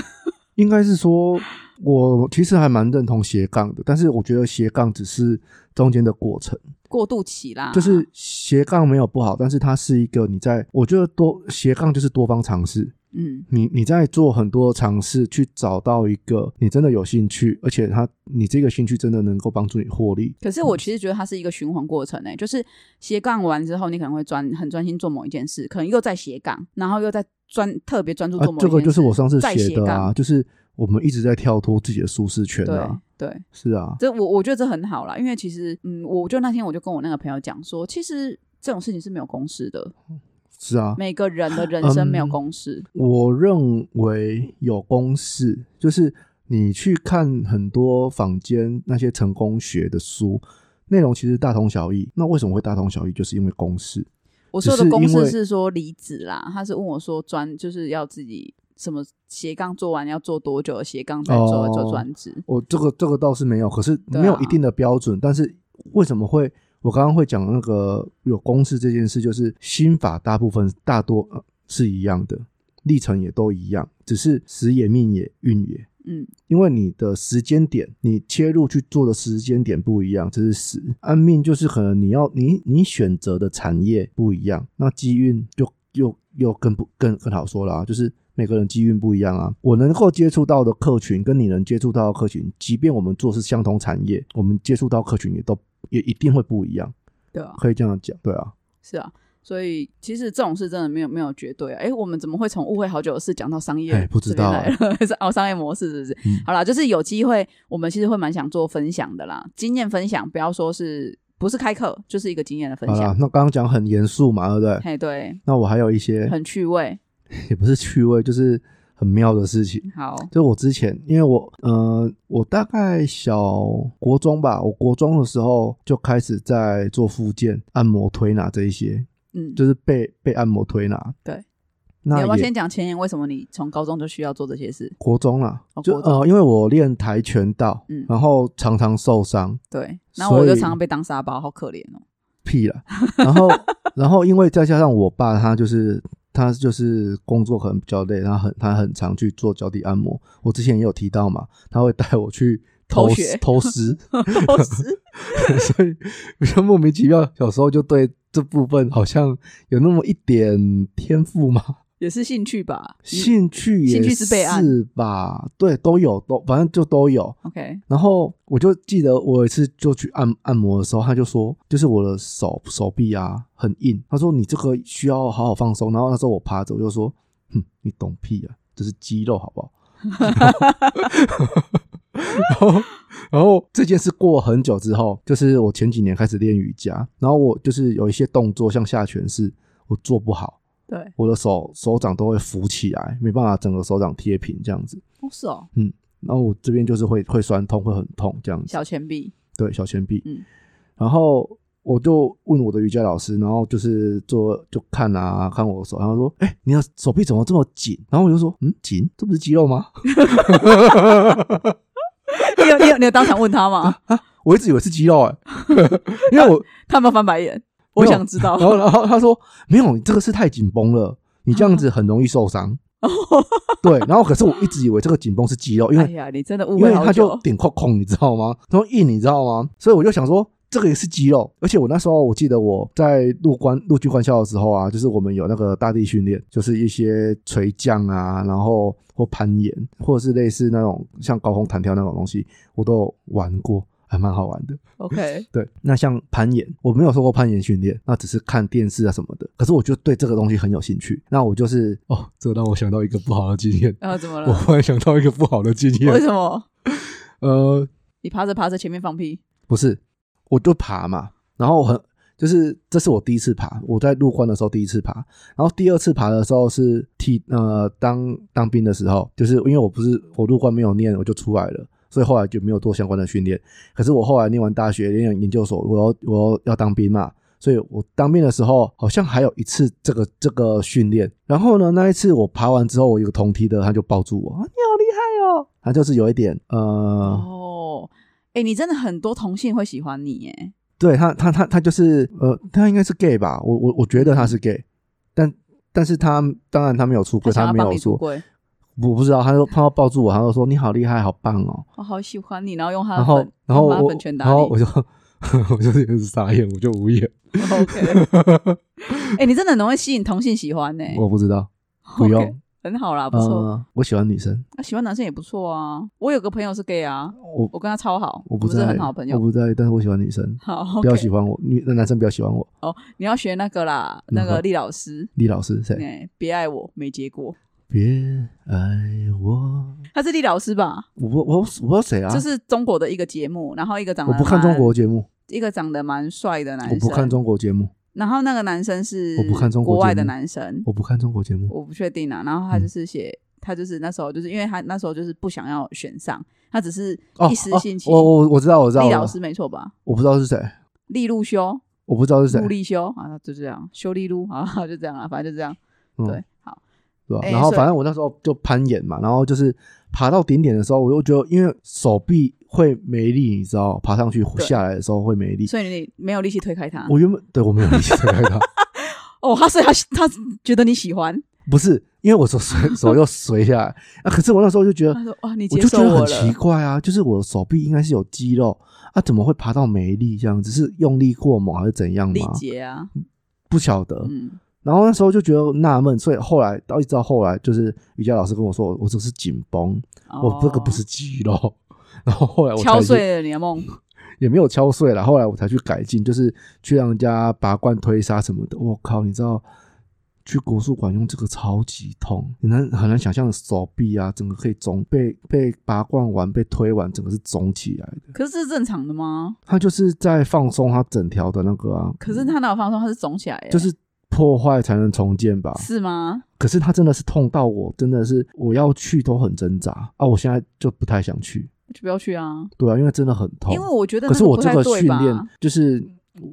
应该是说，我其实还蛮认同斜杠的，但是我觉得斜杠只是中间的 过程，
过渡期啦，
就是斜杠没有不好，但是它是一个你在，我觉得多斜杠就是多方尝试，
嗯，
你你在做很多尝试，去找到一个你真的有兴趣，而且它你这个兴趣真的能够帮助你获利。
可是我其实觉得它是一个循环过程诶、欸就是斜杠完之后，你可能会专很专心做某一件事，可能又在斜杠，然后又在专特别专注
啊
做，某一
这
件
个
事。
就是我上次
再
写
斜
的啊，
杠，
就是我们一直在跳脱自己的舒适圈
对
啊，
对。
是啊，
这我我觉得这很好啦，因为其实嗯，我就那天我就跟我那个朋友讲说，其实这种事情是没有公式的，
是啊，嗯
每个人的人生没有公式。
我认为有公式，就是你去看很多坊间那些成功学的书，内容其实大同小异。那为什么会大同小异？就是因为公式。
我说
只
的
是
公
因
式
为
是说离职啦，他是问我说专就是要自己什么斜杠做完要做多久的斜杠再做、
哦
做专职。
我这个这个倒是没有，可是
对啊
没有一定的标准。但是为什么会我刚刚会讲那个有公式这件事，就是心法大部分大多、呃是一样的，历程也都一样，只是时也命也运也。
嗯，
因为你的时间点，你切入去做的时间点不一样，这是时。按命就是可能你要你你选择的产业不一样，那机运就又又更不更更好说了啊，就是每个人机运不一样啊。我能够接触到的客群跟你能接触到的客群，即便我们做是相同产业，我们接触到客群也都也一定会不一样，
对啊，
可以这样讲，对啊。
是啊。所以其实这种事真的没有没有绝对啊！哎，我们怎么会从误会好久的事讲到商业
哎不知
这边
道
来了？ 是哦，商业模式是不是？
嗯
好啦，就是有机会，我们其实会蛮想做分享的啦，经验分享，不要说是不是开课，就是一个经验的分
好啦
享。，
那刚刚讲很严肃嘛，对不对？
嘿，对，
那我还有一些
很趣味。
也不是趣味，就是很妙的事情。
好，
就我之前，因为我呃，我大概小国中吧，我国中的时候就开始在做复健、按摩、推拿这一些，
嗯，
就是被被按摩推拿。
对，你
那
要不要
也
先讲前言？为什么你从高中就需要做这些事？
国中啦，
哦
就
国中
呃，因为我练跆拳道，
嗯
然后常常受 伤，
对，然后我就
所以
常常被当沙包，好可怜哦。
屁了，然后然后因为再加上我爸他就是。他就是工作可能比较累，他很他很常去做脚底按摩。我之前也有提到嘛，他会带我去
偷
偷
学
偷师，
都是
所以我就莫名其妙，小时候就对这部分好像有那么一点天赋嘛，
也是兴趣吧？嗯你
兴趣啊也
兴趣是备案
吧？对，都有，都反正就都有。
OK，
然后我就记得我有一次就去按按摩的时候，他就说，就是我的手手臂啊很硬，他说你这个需要好好放松。然后那时候我趴着，我就说，哼，你懂屁啊，这是肌肉好不好？然后，然后这件事过很久之后，就是我前几年开始练瑜伽，然后我就是有一些动作，像下犬式，我做不好，
对，
我的手手掌都会浮起来，没办法整个手掌贴平这样子。
哦是哦，
然后我这边就是会会酸痛，会很痛这样子。
小钱币，
对，小铅笔。
嗯
然后我就问我的瑜伽老师，然后就是做就看啊，看我的手，然后说：“哎、你的手臂怎么这么紧？”然后我就说：“嗯，紧，这不是肌肉吗
你有你有你有当场问他吗？？”
我一直以为是肌肉哎、 因为我，
他有没有翻白眼？我想知道
然。后然后他说：“没有，你这个是太紧绷了，你这样子很容易受伤。对，然后可是我一直以为这个紧绷是肌肉，因为、
哎呀，你真的误
因为
会好
它就
久。
顶扣扣，你知道吗？然后硬，你知道吗？所以我就想说，这个也是肌肉。而且我那时候我记得我在陆关陆军官校的时候啊，就是我们有那个大地训练，就是一些垂降啊，然后或攀岩，或者是类似那种像高空弹跳那种东西，我都有玩过，还蛮好玩的。
OK，
对，那像攀岩，我没有受过攀岩训练，那只是看电视啊什么的。可是我就对这个东西很有兴趣。那我就是哦，这让我想 到一个不好的经验，
然后怎么
我
了？
忽然想到一个不好的经验
为。什么？
呃，
你爬着爬着前面放屁，
不是，我就爬嘛，然后我很就是这是我第一次爬，我在入关的时候第一次爬，然后第二次爬的时候是替呃当当兵的时候，就是因为我不是我入关没有念，我就出来了。所以后来就没有做相关的训练。可是我后来念完大学，念完研究所，我要我要要当兵嘛，所以我当兵的时候好像还有一次这个这个训练。然后呢，那一次我爬完之后，我有个同梯的他就抱住我，啊你好厉害哦，他就是有一点呃，
哦，哎、你真的很多同性会喜欢你耶，
对他，他他他就是呃，他应该是 gay 吧？我我我觉得他是 gay，但但是他当然他没有出
他
柜，
想
他
要
没
帮
有
你出
说，
柜，
我不知道。他说他要抱住我，他就说你好厉害，好棒哦。
我好喜欢你，然后用他的
然后
粉，
然后
用他的
我
粉拳打
然后
你
我就 我就是有点傻眼，我就无言。
，OK，哎、你真的很容易吸引同性喜欢呢，
我不知道，不
哎 OK，
用。
很好啦，不错。
嗯，我喜欢女生，
那、喜欢男生也不错啊。我有个朋友是 gay 啊，
我
我跟他超好，
我
不
不
是
在，
很好的朋
我
友。
不在，但是我喜欢女生，
好
不要
，OK，
喜欢我，女男生不要喜欢我。
你要学那个啦，那
嗯
个
哼
厉老师，
李老师
哎、
谁？
别爱我没结果，
别爱我，
他是厉老师吧？
我不我我不知道谁啊
这，是中国的一个节目，然后一个长得
我不看
蛮
中国节目，
一个长得蛮帅的男
我
生，
不看中国节目。
然后那个男生是
我不看中国
国外的
节目
男生，
我不看中国节目，
我不确定啊。然后他
嗯
就是写，他就是那时候就是因为他那时候就是不想要选上，他只是
哦
一时
哦
兴起。
我我我知道，我知道，
厉
我知
老
道
师没错吧？
我不知道是谁，
利路修，
我不知道是谁
陆，立修啊，就这样，修利路啊，就这样啊， 反正就这样。
嗯
对，好，
对吧？
哎
然后
所以
反正我那时候就攀岩嘛，然后就是爬到顶点的时候，我又觉得因为手臂会没力，你知道，爬上去
对
下来的时候会没力。
所以你没有力气推开他。
我原本对我没有力气推开他，
哦，他所以他他觉得你喜欢，
不是 因为我手手手又垂下来啊，可是我那时候就觉得
他说哇，你
我
接
就
受
觉得很
了。
奇怪啊，就是我手臂应该是有肌肉啊，怎么会爬到没力这样？只是用力过猛还是怎样
力
吗？
竭啊，
不晓得，
嗯，
然后那时候就觉得纳闷，所以后来到一直到后来，就是瑜伽老师跟我说，我这是紧绷，我这个不
哦
是肌肉。然后后来我才
敲
去
碎了你的梦。
也没有敲碎了，后来我才去改进，就是去让人家拔罐、推痧什么的。我靠，你知道去国术馆用这个超级痛，你难很难想象手臂啊，整个可以肿，被被拔罐完、被推完，整个是肿起来的。
可是这是正常的吗？
它就是在放松它整条的那个啊，
可是他哪有放松？他是肿起来耶，
就是破坏才能重建吧？
是吗？
可是他真的是痛到我，真的是我要去都很挣扎啊！我现在就不太想去，
就不要去啊，
对啊，因为真的很痛。
因为我觉得
可是
那
我
不
这
太
个
对
训
吧
练，就是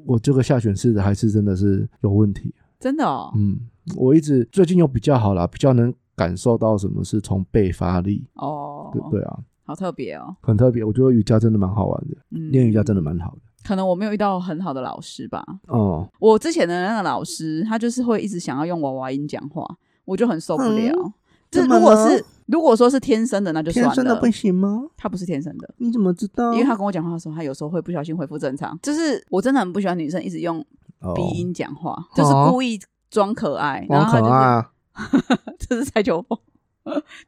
我这个下犬式的还是真的是有问题。
真的哦，
嗯，我一直最近又比较好啦，比较能感受到什么是从背发力。
哦，
对对啊，
好特别哦，
很特别。我觉得瑜伽真的蛮好玩的，
嗯，
练瑜伽真的蛮好的。
可能我没有遇到很好的老师吧。
哦、
我之前的那个老师，他就是会一直想要用娃娃音讲话，我就很受不了。就
嗯怎么
如果
了
是如果说是天生的，那就算
天
了。
生的不行吗？
他不是天生的，
你怎么知道？
因为他跟我讲话的时候，他有时候会不小心恢复正常。就是我真的很不喜欢女生一直用
哦
鼻音讲话，就是
哦
故意装可爱，然
好可
后他就是、
爱啊，
这是蔡秋凤，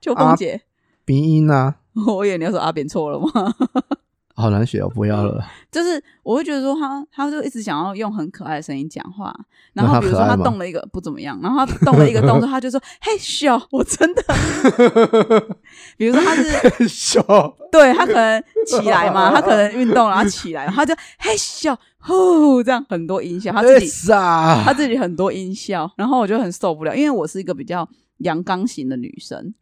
秋
啊
凤姐，
鼻音啊，
我以为你要说阿扁错了吗？
好难学哦，不要 了。
就是我会觉得说他，他就一直想要用很可爱的声音讲话，
那
然后
他
比如说
可爱
他
吗
动了一个不怎么样，然后他动了一个 动作，他就说：“嘿咻，我真的。” 比如说他是
笑，
对他可能起来嘛，他可能运动然后起来，他就嘿咻呼这样很多音效，他自己
傻
他自己很多音效，然后我就很受不了，因为我是一个比较阳刚型的女 生，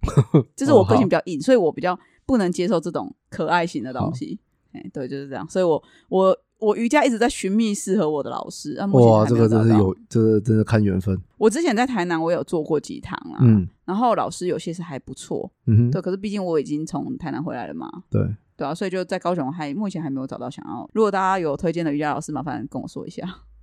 就是我个性比较硬，所以我比较不能接受这种可爱型的东
哦
西。哎，对，就是这样。所以我我我瑜伽一直在寻觅适合我的老师，啊，目前
哇，
还
这
没有
个
找到。
真是有，这个真的看缘分。
我之前在台南，我有做过几堂啦，
嗯
然后老师有些是还不错，
嗯哼，
对。可是毕竟我已经从台南回来了嘛，
对，
对啊，所以就在高雄还目前还没有找到想要。如果大家有推荐的瑜伽老师，麻烦跟我说一下。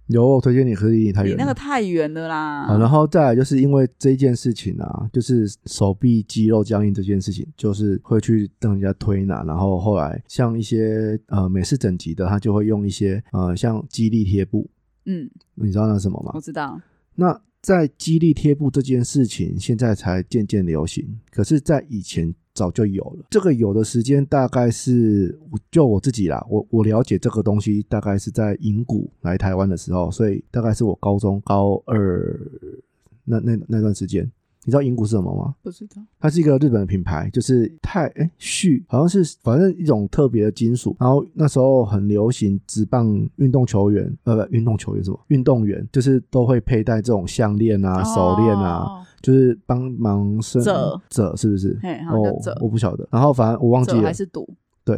有我推荐你，可是离你太
你
远
那个
了。
啊太远了啦。
好，然后再来就是因为这件事情啊，就是手臂肌肉僵硬这件事情，就是会去让人家推拿，然后后来像一些呃美式整脊的，他就会用一些呃像肌力贴布，
嗯，
你知道那是什么吗
我？知道。
那在肌力贴布这件事情，现在才渐渐流行，可是，在以前早就有了。这个有的时间大概是就我自己啦，我我了解这个东西大概是在银谷来台湾的时候，所以大概是我高中高二那那那段时间，你知道银谷是什么吗？
不知道，
它是一个日本的品牌，就是钛哎旭，好像是反正一种特别的金属。然后那时候很流行职棒运动球员，呃，不，运动球员什么运动员，就是都会佩戴这种项链啊、手链啊，
哦，
就是帮忙生
者
者是不是？
嘿，好像
哦
叫折，
我不晓得。然后反正我忘记
折
了
还，是赌，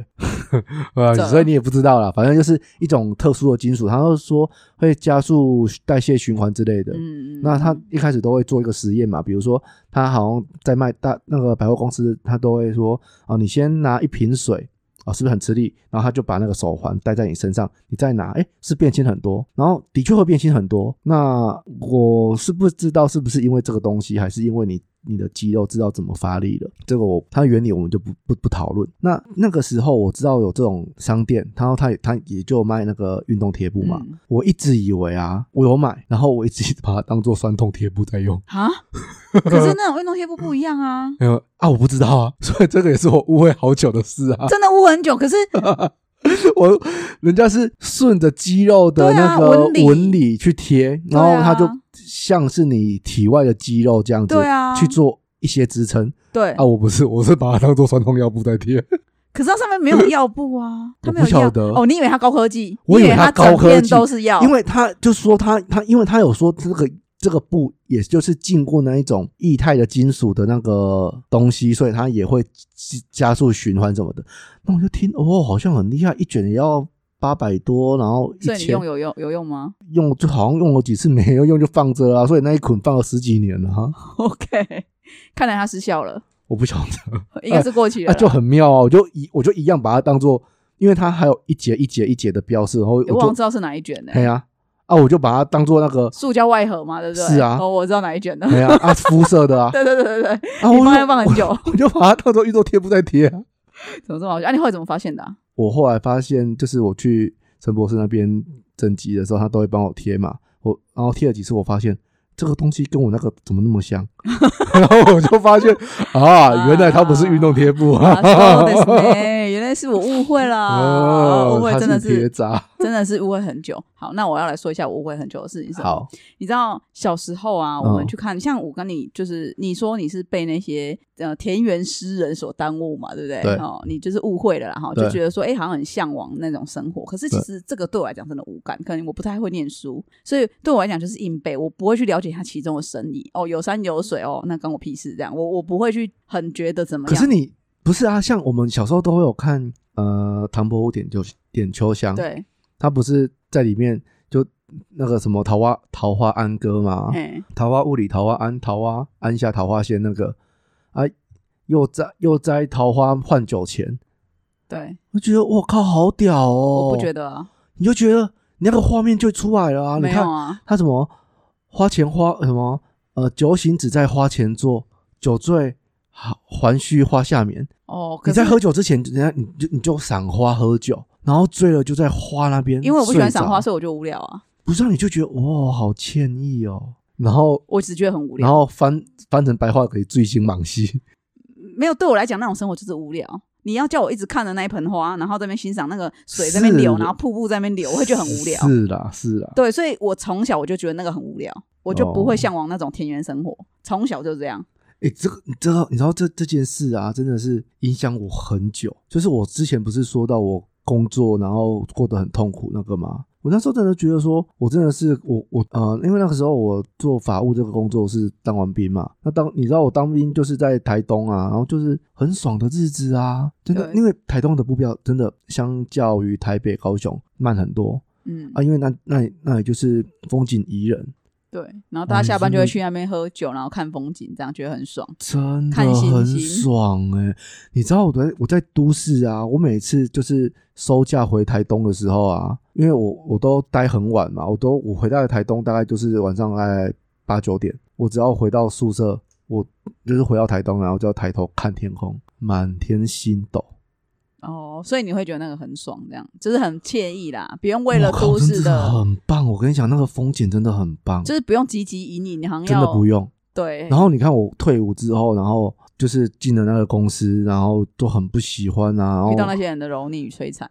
呃，
折
所以你也不知道啦。反正就是一种特殊的金属，他就说会加速代谢循环之类的。
嗯，嗯
那他
嗯
一开始都会做一个实验嘛，比如说他好像在卖大那个百货公司，他都会说哦，你先拿一瓶水啊、是不是很吃力？然后他就把那个手环戴在你身上，你再拿，哎，是变轻很多，然后的确会变轻很多。那我是不知道是不是因为这个东西，还是因为你。你的肌肉知道怎么发力了，这个我它的原理我们就不不不讨论。那那个时候我知道有这种商店，然后它也它也就卖那个运动贴布嘛，
嗯
我一直以为啊，我有买，然后我一直把它当做酸痛贴布在用。
啊，可是那种运动贴布不一样啊，
没有啊，我不知道啊， 所以这个也是我误会好久的事啊。
真的捂很久，可是
我人家是顺着肌肉的
对啊
那个
纹理
纹理去贴，
对
然
啊
后它就像是你体外的肌肉这样子
对啊
去做一些支撑
对
啊。，我不是，我是把它当做酸痛药布在贴。
可是它上面没有药 布啊，它没有
我不晓
药
得
哦，你以为它高科技？
我
你
以
以
为它
它
高科技
整片都是药，
因为他就说他他，因为他有说这个这个布，也就是经过那一种液态的金属的那个东西，所以它也会加加速循环什么的。那我就听哦，好像很厉害，一卷也要八百多，然后一
所以你
千
用有用有用吗
用就好像用了几次没有用就放着啊，所以那一捆放了十几年了哈、
？OK，看来它失效了，
我不晓得，
应该是过去了
那、
啦。
就很妙呃啊，我就一我就一样把它当做，因为它还有一节一节一节的标示，然后我
欸我好像
就
知道是哪一卷呢、
哎呀啊，我就把它当做那个。
塑胶外盒嘛，对不对？
是啊
哦，我知道哪一卷了。
哎呀啊，肤色的啊，
对对对对对，
啊，
你
我
放
就
要放很久，
我就把它当做运动贴布在贴、啊。
怎么这么好笑？啊，你后来怎么发现的啊、
我后来发现，就是我去陈博士那边整集的时候，他都会帮我贴嘛。我然后贴了几次，我发现这个东西跟我那个怎么那么 像，然后我就发现啊，原来它不是运动贴布啊
啊，，そうです ね原来是我误会了，误、
哦，
会
它
真的
贴
是
扎。
真的是误会很久。好，那我要来说一下我误会很久的事情是什么。
好，
你知道小时候啊，我们
嗯
去看，像我跟你就是你说你是被那些呃田园诗人所耽误嘛，对不对？
对
哦，你就是误会了啦，然后
对
就觉得说，哎、好像很向往那种生活。可是其实这个对我来讲真的无感，可能我不太会念书，所以对我来讲就是硬背，我不会去了解它其中的深意。哦，有山有水哦，那关我屁事。这样，我我不会去很觉得怎么
可
样。
是你不是啊？像我们小时候都会有看呃《唐伯虎点秋点秋香》，
对，
他不是在里面就那个什么桃花桃花庵歌嘛？
哎、
桃花坞里桃花庵，桃花庵下桃花仙那个啊，又摘又摘桃花换酒钱，
对，
我觉得我靠，好屌哦！
我不觉
得，
得啊，
你就觉得你那个画面就出来了啊！你
没有
看
啊，
他什么花钱花呃什么呃，酒醒只在花前坐，酒醉还还须花下眠。
哦，
你
可是
在喝酒之前，人家你就你就赏花喝酒，然后醉了就在花那边睡着，
因为我不喜欢赏花，所以我就无聊啊，
不是、啊、你就觉得哇，好歉意哦，然后
我只觉得很无聊
然。后翻翻成白话可以醉心莽西，
没有对我来讲，那种生活就是无聊。你要叫我一直看着那一盆花，然后在那边欣赏那个水在那边流，
是
然后瀑布在那边流，我会觉得很无聊。
是啦，是啦，
对，所以我从小我就觉得那个很无聊，我就不
哦
会向往那种田园生活。从小就这样，
哎、这个你知道，你知道这这件事啊，真的是影响我很久。就是我之前不是说到我工作，然后过得很痛苦那个吗？我那时候真的觉得说，我真的是我我呃，因为那个时候我做法务这个工作是当完兵嘛，那当你知道我当兵就是在台东啊，然后就是很爽的日子啊，真的，
对
因为台东的步调真的相较于台北、高雄慢很多，
嗯，
啊，因为那那里那里就是风景宜人，
对。然后
哦
大家
你
下班
真
就
的
会去那边喝酒，然后看风景，这样觉得很爽。
真的
看星
很
星
爽哎、你知道我在我在都市啊，我每次就是收假回台东的时候啊，因为我我都待很晚嘛，我都我回到台东大概就是晚上大概八九点，我只要回到宿舍，我就是回到台东，然后就要抬头看天空，满天星斗。
哦，所以你会觉得那个很爽，这样就是很惬意啦，不用为了
我靠
都
真
市的，
很棒，我跟你讲，那个风景真的很棒，
就是不用汲汲营营，你好像
真的
要
不用。
对
然后你看我退伍之后，然后就是进了那个公司，然后都很不喜欢啊，然后
遇到那些人的蹂躏与摧残，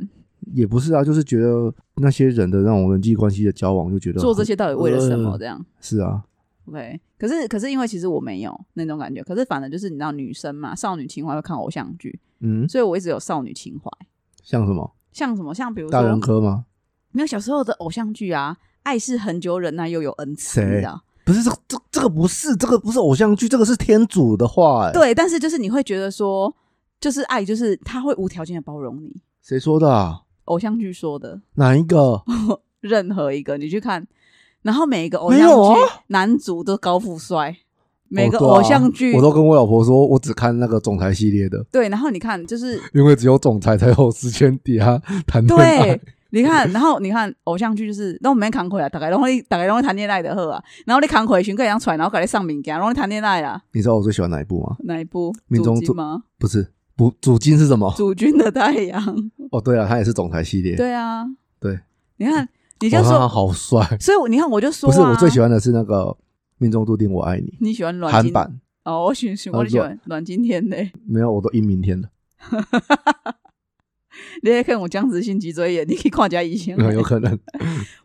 也不是啊，就是觉得那些人的那种人际关系的交往，就觉得
做这些到底为了什么？
啊呃
这样
是啊，
OK，可是可是因为其实我没有那种感觉，可是反正就是你知道女生嘛，少女情怀会看偶像剧，
嗯，
所以我一直有少女情怀。
像什么
像什么？像比如
大人
说，
科吗？
没有小时候的偶像剧啊，爱是恒久忍耐又有恩慈，
谁
你知道？
不是这个这这个不是这个不是偶像剧，这个是天主的话、哎，
对，但是就是你会觉得说，就是爱，就是他会无条件的包容你。
谁说的、啊？
偶像剧说的
哪一个？
任何一个，你去看，然后每一个偶
没
像剧、
有啊
男主都高富帅， 每个
哦对啊
偶像剧、
我都跟我老婆说，我只看那个总裁系列的，
对，然后你 看就是
因为只有总裁才有时间底下谈恋爱
对。，你看，然后你看偶像剧就是，那我们扛回啊来，大概然后大概然后谈恋爱的好啊，然后你扛回去，个样出来，然后给你上物件，然后你谈恋爱啦，
你知道我最喜欢哪一部吗？
哪一部？
命中
主
注
君吗？
不是，不，主金是什么？
主君的太 阳，
哦，对了，他也是总裁系列。
对啊，
对，
你看，你
你
就说，
好帅。
所以我你看我就说、啊，
不是，我最喜欢的是那个命中注定我爱你
你喜欢阮
韩
经
版，
哦，我喜喜
啊
我喜
阮
欢阮经天的，
没有，我都印明天了，
你也看我僵直性脊椎炎，你可以跨家以前。
有可 能。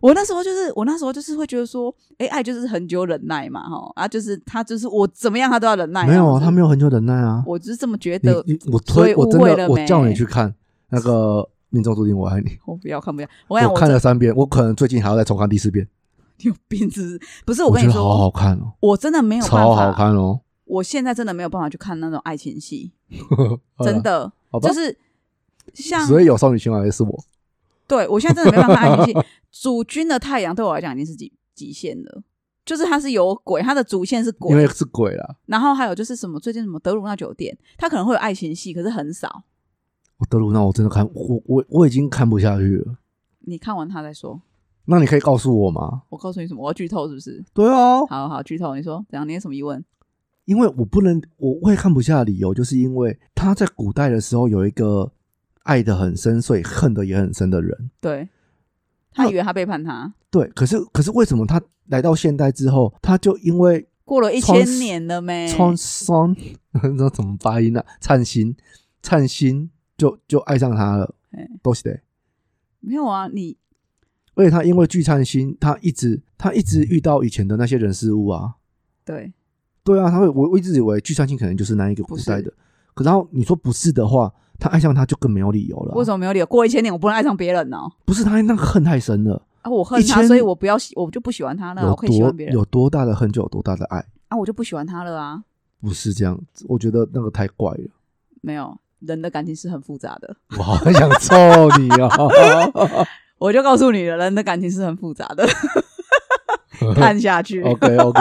我那时候就是，我那时候就是会觉得说，哎、爱就是很久忍耐嘛，哈，啊，就是他就是我怎么样他都要忍耐啊、
没有
我
啊，
是
他没有很久忍耐啊。
我就是这么觉
你
得，
你我
所以
推我真
误会了
的
没
我叫你去看那个命中注定我爱你，
我不要看不要，我想
我
我
看
真
了三遍，我可能最近还要再重看第四遍。
有病 是不是？不是我跟
觉
你
得
说，
好好看哦，
我真的没有办法，
超好看哦，
我现在真的没有办法去看那种爱情戏， 真的，
哎好吧
就是像
哎所以有少女情怀的是我，
对我现在真的没办法看爱情戏，《主君的太阳》对我来讲已经是极极限了。就是它是有鬼，它的主线是
因
鬼，
为是鬼啦。
然后还有就是什么最近什么德鲁纳酒店，它可能会有爱情戏，可是很少。
我德鲁纳我真的看我我我已经看不下去了。
你看完它再说。
那你可以告诉我吗？
我告诉你什么，我要剧透是不是？
对啊，
好好剧透，你说怎样？你有什么疑问？
因为我不能，我会看不下的理由，就是因为他在古代的时候有一个爱的很深，所以恨的也很深的人。
对，他
那
以为他背叛他，
对，可是可是为什么他来到现代之后，他就因为
过了一
穿
千
丝
年了没？
穿 酸，那、怎么发音呢、啊？灿星，灿星就就爱上他了
哎，
都是的。
没有啊，你
而且他因为聚灿星，他一直他一直遇到以前的那些人事物啊，
对
对啊，他会我我一直以为聚灿星可能就是那一个古
不是
代的，可然后你说不是的话，他爱上他就更没有理由了啊、
为什么没有理由？过一千年我不能爱上别人呢、
不是他那个恨太深了，
啊，我恨
一
他，
千
所以我不要喜，我就不喜欢他了啊。
有
我可以喜
多
欢别人
有多大的恨就有多大的爱，
啊，我就不喜欢他了啊。
不是这样子。我觉得那个太怪了，
没有，人的感情是很复杂的。
我好想揍你 哦。
我就告诉你了，人的感情是很复杂 的。看下去，
OK OK，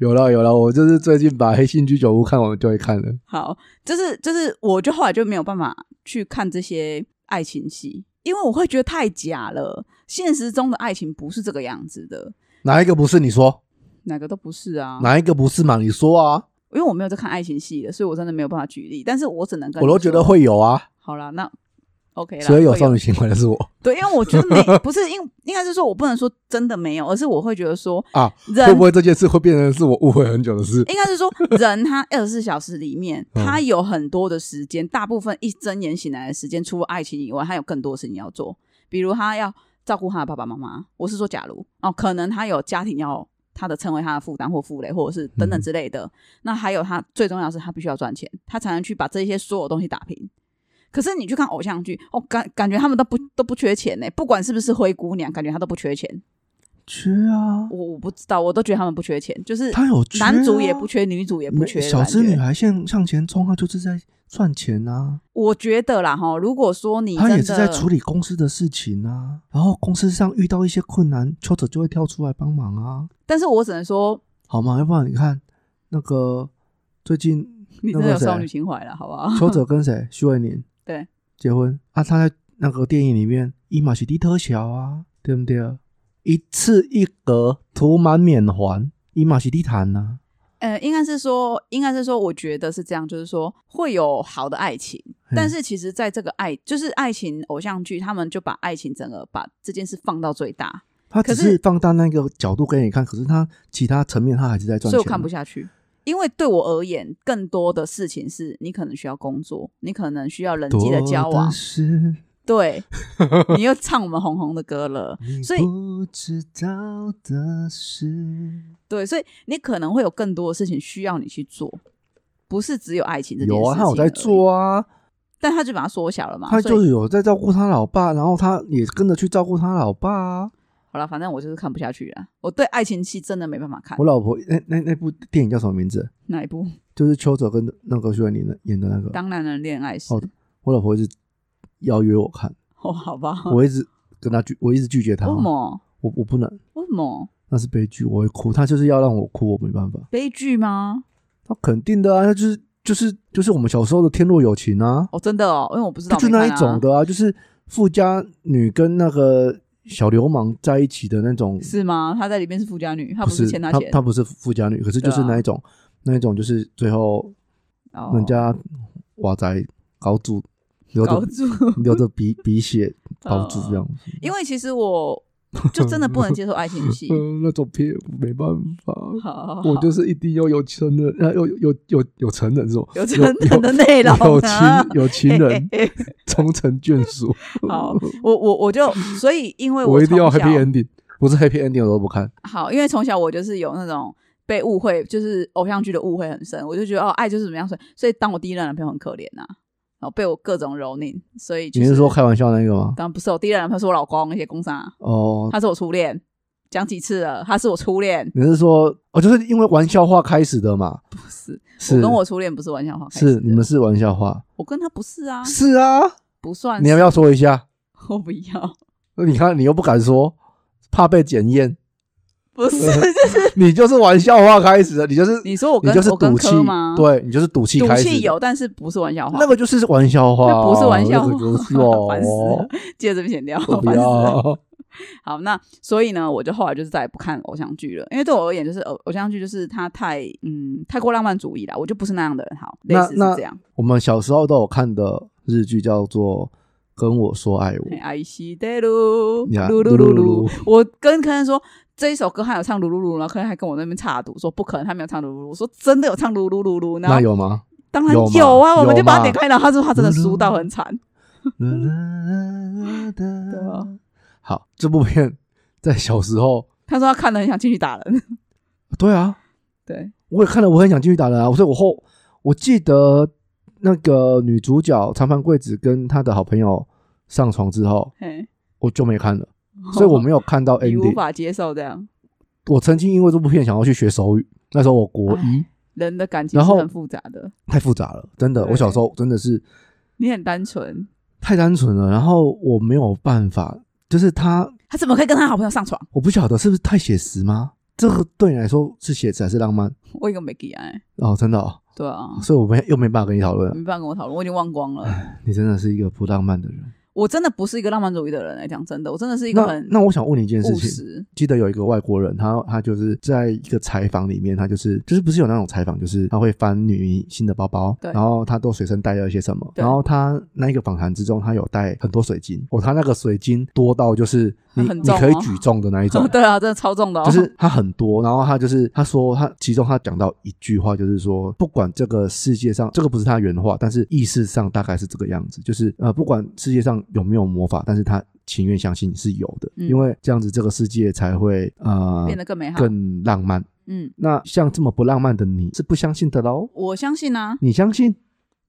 有 了有了，我就是最近把《黑心居酒屋》看完就会看了。
好，就是就是，我就后来就没有办法去看这些爱情戏，因为我会觉得太假了。现实中的爱情不是这个样子的，
哪一个不是？你说
哪个都不是啊。
哪一个不是嘛？你说啊，
因为我没有在看爱情戏的，所以我真的没有办法举例。但是我只能跟
我
你
都觉
说
得会有啊，
好啦，那 OK 啦。
所以有
会
少女情怀的是我
对，因为我觉得没 不是，应应该是说我不能说真的没有，而是我会觉得说
啊。
人
会不会这件事会变成是我误会很久的事？
应该 是说人他二十四小时里面，
嗯
他有很多的时间，大部分一睁眼醒来的时间，除了爱情以外，他有更多事情要做，比如他要照顾他的爸爸妈妈。我是说，假如哦，可能他有家庭要。他的成为他的负担或负累，或者是等
嗯
等之类的。那还有他最重要的是，他必须要赚钱，他才能去把这些所有东西打平。可是你去看偶像剧，哦，感感觉他们都不都不缺钱呢、不管是不是灰姑娘，感觉他都不缺钱。
缺啊，
我我不知道，我都觉得他们不缺钱，就是
他有缺啊
男主也不缺，女主也不
没
缺的
小
感觉。
资女孩向向前冲，她就是在赚钱啊，
我觉得啦哈，如果说你
她也
真的
是在处理公司的事情啊。然后公司上遇到一些困难，邱者就会跳出来帮忙啊，
但是我只能说，
好吗？要不然你看那个最 近那
你真的有
个
少女
谁，
情怀了，好不好？
邱者跟谁，徐伟宁
对
结婚啊，他在那个电影里面一马是低特小啊，对不对？一次一格涂满缅怀，一马是啊低谈呐，
呃，应该是说，应该是说，我觉得是这样，就是说会有好的爱情，但是其实在这个爱，就是爱情偶像剧，他们就把爱情整个把这件事放到最大，
他只
可是
是放大那个角度给你看，可是他其他层面他还是在赚
所
钱
以
啊，
我看不下去。因为对我而言，更多的事情是你可能需要工作，你可能需要人际的交
多
往
的，是
对，你又唱我们红红的歌了，所以
不知道的事，
对，所以你可能会有更多的事情需要你去做，不是只有爱情这件事
有
情。
啊，他有在，做啊，
但他就把它缩小了嘛。
他
所以
就有在照顾他老爸，然后他也跟着去照顾他老爸啊。
好了，反正我就是看不下去了，我对爱情戏真的没办法看
我。老婆那那那部电影叫什么名字？
哪一部？
就是邱泽跟那个徐婉玲的演的那个。
当男人恋爱时
哦，我老婆一直邀约我看，
哦，好吧。
我一直跟她拒，我一直拒绝她。
为什么？
我我不能，
为什么？
那是悲剧，我会哭。她就是要让我哭，我没办法。
悲剧吗？
她肯定的啊，她就是就是就是我们小时候的天若有情啊，
哦，真的哦，因为我不知道。
就那
没
一
看啊
种的啊，就是富家女跟那个小流氓在一起的那种。
是吗？她在里面是富家女，她
不
是
是
欠
她，
钱，
她不是富家女，可是就是
对啊
那一种，那一种就是最后
哦
人家瓦仔搞主流
搞
着
住。
流着鼻鼻 血搞
哦
主这样子，。
因为其实我就真的不能接受爱情戏
嗯，那种片没办法，
好好好
我就是一定要有成人，呃，有有有有成人是吗？
有真正的内容
有
啊
情有情 人
嘿嘿嘿
终成眷属。
好，我我我就所以因为
嗯我一定要
从小
happy ending，不是 happy ending 我都不看。
好，因为从小我就是有那种被误会，就是偶像剧的误会很深，我就觉得哦，爱就是怎么样，所以所以当我第一任男朋友很可怜呐、然后被我各种蹂躏，所以、就
你是说开玩笑那个吗？
当然不是我第一任男朋友是我老公，那些工伤，
哦，
他是我初恋，讲几次了，他是我初恋，
你是说哦，就是因为玩笑话开始的嘛？
不是
是
我跟我初恋不是玩笑话开始的，
是你们是玩笑话，
我跟他不是啊，
是啊，
不算
你要不
是
要说一下？
我不要，
你看你又不敢说，怕被检验，
不是就是
你就是玩笑话开始的，你就是
你说我
你
跟
就是
我跟
赌气
科吗？，
对你就是赌气
赌
开始
气
的。
有，但是不是玩笑话，
那个就是玩笑话，
那不是玩笑话
哦那个不是哦，
烦死了接着剪掉，
我不
烦死了
要，
好，那所以呢，我就后来就是再也不看偶像剧了，因为对我而言，就是偶偶像剧就是它太嗯太过浪漫主义了，我就不是那样的人。好，类
那
似是
那
这样。
我们小时候都有看的日剧叫做《跟我说爱我》，
爱西德鲁
呀
噜噜噜
噜噜
噜，我跟客人说这一首歌还有唱噜噜噜，然后客人还跟我那边插赌说不可能，他没有唱噜噜噜，我说真的有唱噜噜噜噜，然
那
后
有吗？
当然
有吗
有啊，我
有
们就把它
吗
点开，然后他说他真的
噜噜
输到很惨，
啦啦啦
对
啦
啊
好，这部片在小时候，
他说他看了很想进去打人，
对啊，
对，
我也看了，我很想进去打人啊，所以我后我记得那个女主角长盘贵子跟她的好朋友上床之后，
嘿，
我就没看了，所以 我没有看到
哦你无
ending。
法接受这样，
我曾经因为这部片想要去学手语，那时候我国
啊
一，
人的感情
然
是
后
很复杂的，
太复杂了，真的，
对
我小时候真的是
你很单纯，
太单纯了，然后我没有办法，就是他，
他怎么可以跟他好朋友上床？
我不晓得是不是太写实吗？这个对你来说是写实还是浪漫？
我一个没给哎，
哦，真的、哦，
对啊，
所以我没又没办法跟你讨论了
没。办法跟我讨论，我已经忘光了。
你真的是一个不浪漫的人。
我真的不是一个浪漫主义的人来欸讲真的，我真的是一个
那
很
那我想问你一件事
务
情，
实。
记得有一个外国人，他他就是在一个采访里面，他就是就是不是有那种采访，就是他会翻女明星的包包，
对
然后他都随身带了一些什么，
对
然后他那一个访谈之中，他有带很多水晶，哦，他那个水晶多到就是你
很
你
重
可以
哦
举重的那一 种。
对啊，真的超重的、哦，
就 是他很多，然后他就是他说他其中他讲到一句话，就是说不管这个世界上这个不是他原话，但是意识上大概是这个样子，就是呃不管世界上有没有魔法，但是他情愿相信是有的，
嗯
因为这样子这个世界才会呃
变得更美好。
更浪漫。
嗯，
那像这么不浪漫的你是不相信的喽？
我相信啊，
你相信？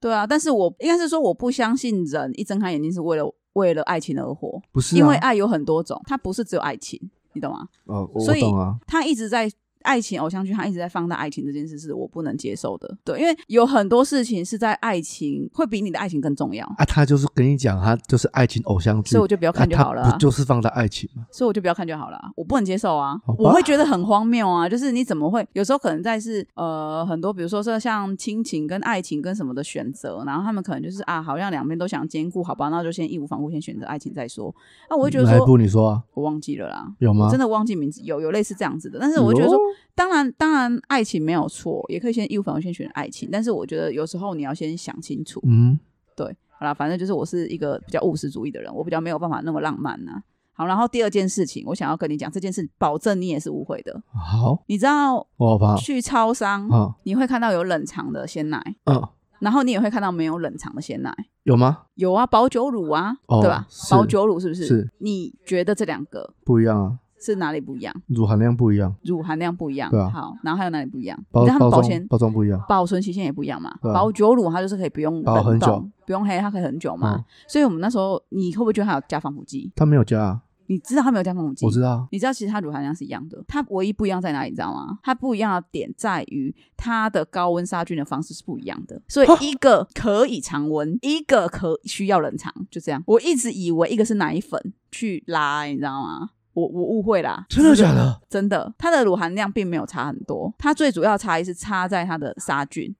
对啊，但是我应该是说我不相信人一睁开眼睛是为了为了爱情而活，
不是、啊，
因为爱有很多种，它不是只有爱情，你懂吗？
哦，我我
所以
懂啊，
他一直在爱情偶像剧，他一直在放大爱情这件事，是我不能接受的。对，因为有很多事情是在爱情会比你的爱情更重要，
啊，他就是跟你讲，他就是爱情偶像剧，
所以我就不要看就好了、
啊他
啊
不。就是放在爱情吗？
所以我就不要看就好了啊，我不能接受啊
好吧，
我会觉得很荒谬啊，就是你怎么会有时候可能在是呃很多，比如说是像亲情跟爱情跟什么的选择，然后他们可能就是啊，好像两边都想兼顾，好吧，那就先义无反顾，先选择爱情再说。那、我会觉得
哪一
说，
部你说啊？
我忘记了啦。
有吗？
真
的，
的忘记名字，有有类似这样子的，但是我就觉得说，当然当然，爱情没有错，也可以先义无反顾先选爱情，但是我觉得有时候你要先想清楚，
嗯，
对，好啦，反正就是我是一个比较务实主义的人，我比较没有办法那么浪漫呐、好，然后第二件事情，我想要跟你讲，这件事保证你也是误会的。
好，
你知道
我好怕
去超商
啊，
你会看到有冷藏的鲜奶，
嗯，
然后你也会看到没有冷藏的鲜奶，
有吗？
有啊，保酒乳啊，
哦
对吧？
是
保酒乳是不是？
是
你觉得这两个
不一样啊，
是哪里不一样？
乳含量不一样，
乳含量不一样，
对啊
好，然后还有哪里不一样？你
包
知道它们
包
保
装
鲜
包装不一样。
保存期限也不一样嘛。
对啊
保酒乳它就是可以不用
保很
冷
久
冻，不用黑，它可以很久嘛。
嗯
所以我们那时候，你会不会觉得它有加防腐剂？
它没有加、啊，
你知道它没有加防腐剂？
我知道啊，
你知道其实它乳含量是一样的，它唯一不一样在哪里？你知道吗？它不一样的点在于它的高温杀菌的方式是不一样的，所以一个可以常温，一个可需要冷藏，就这样。我一直以为一个是奶粉去拉，你知道吗？我我误会啦，
真的假的？
真的，它的乳含量并没有差很多，它最主要差异是差在它的杀菌。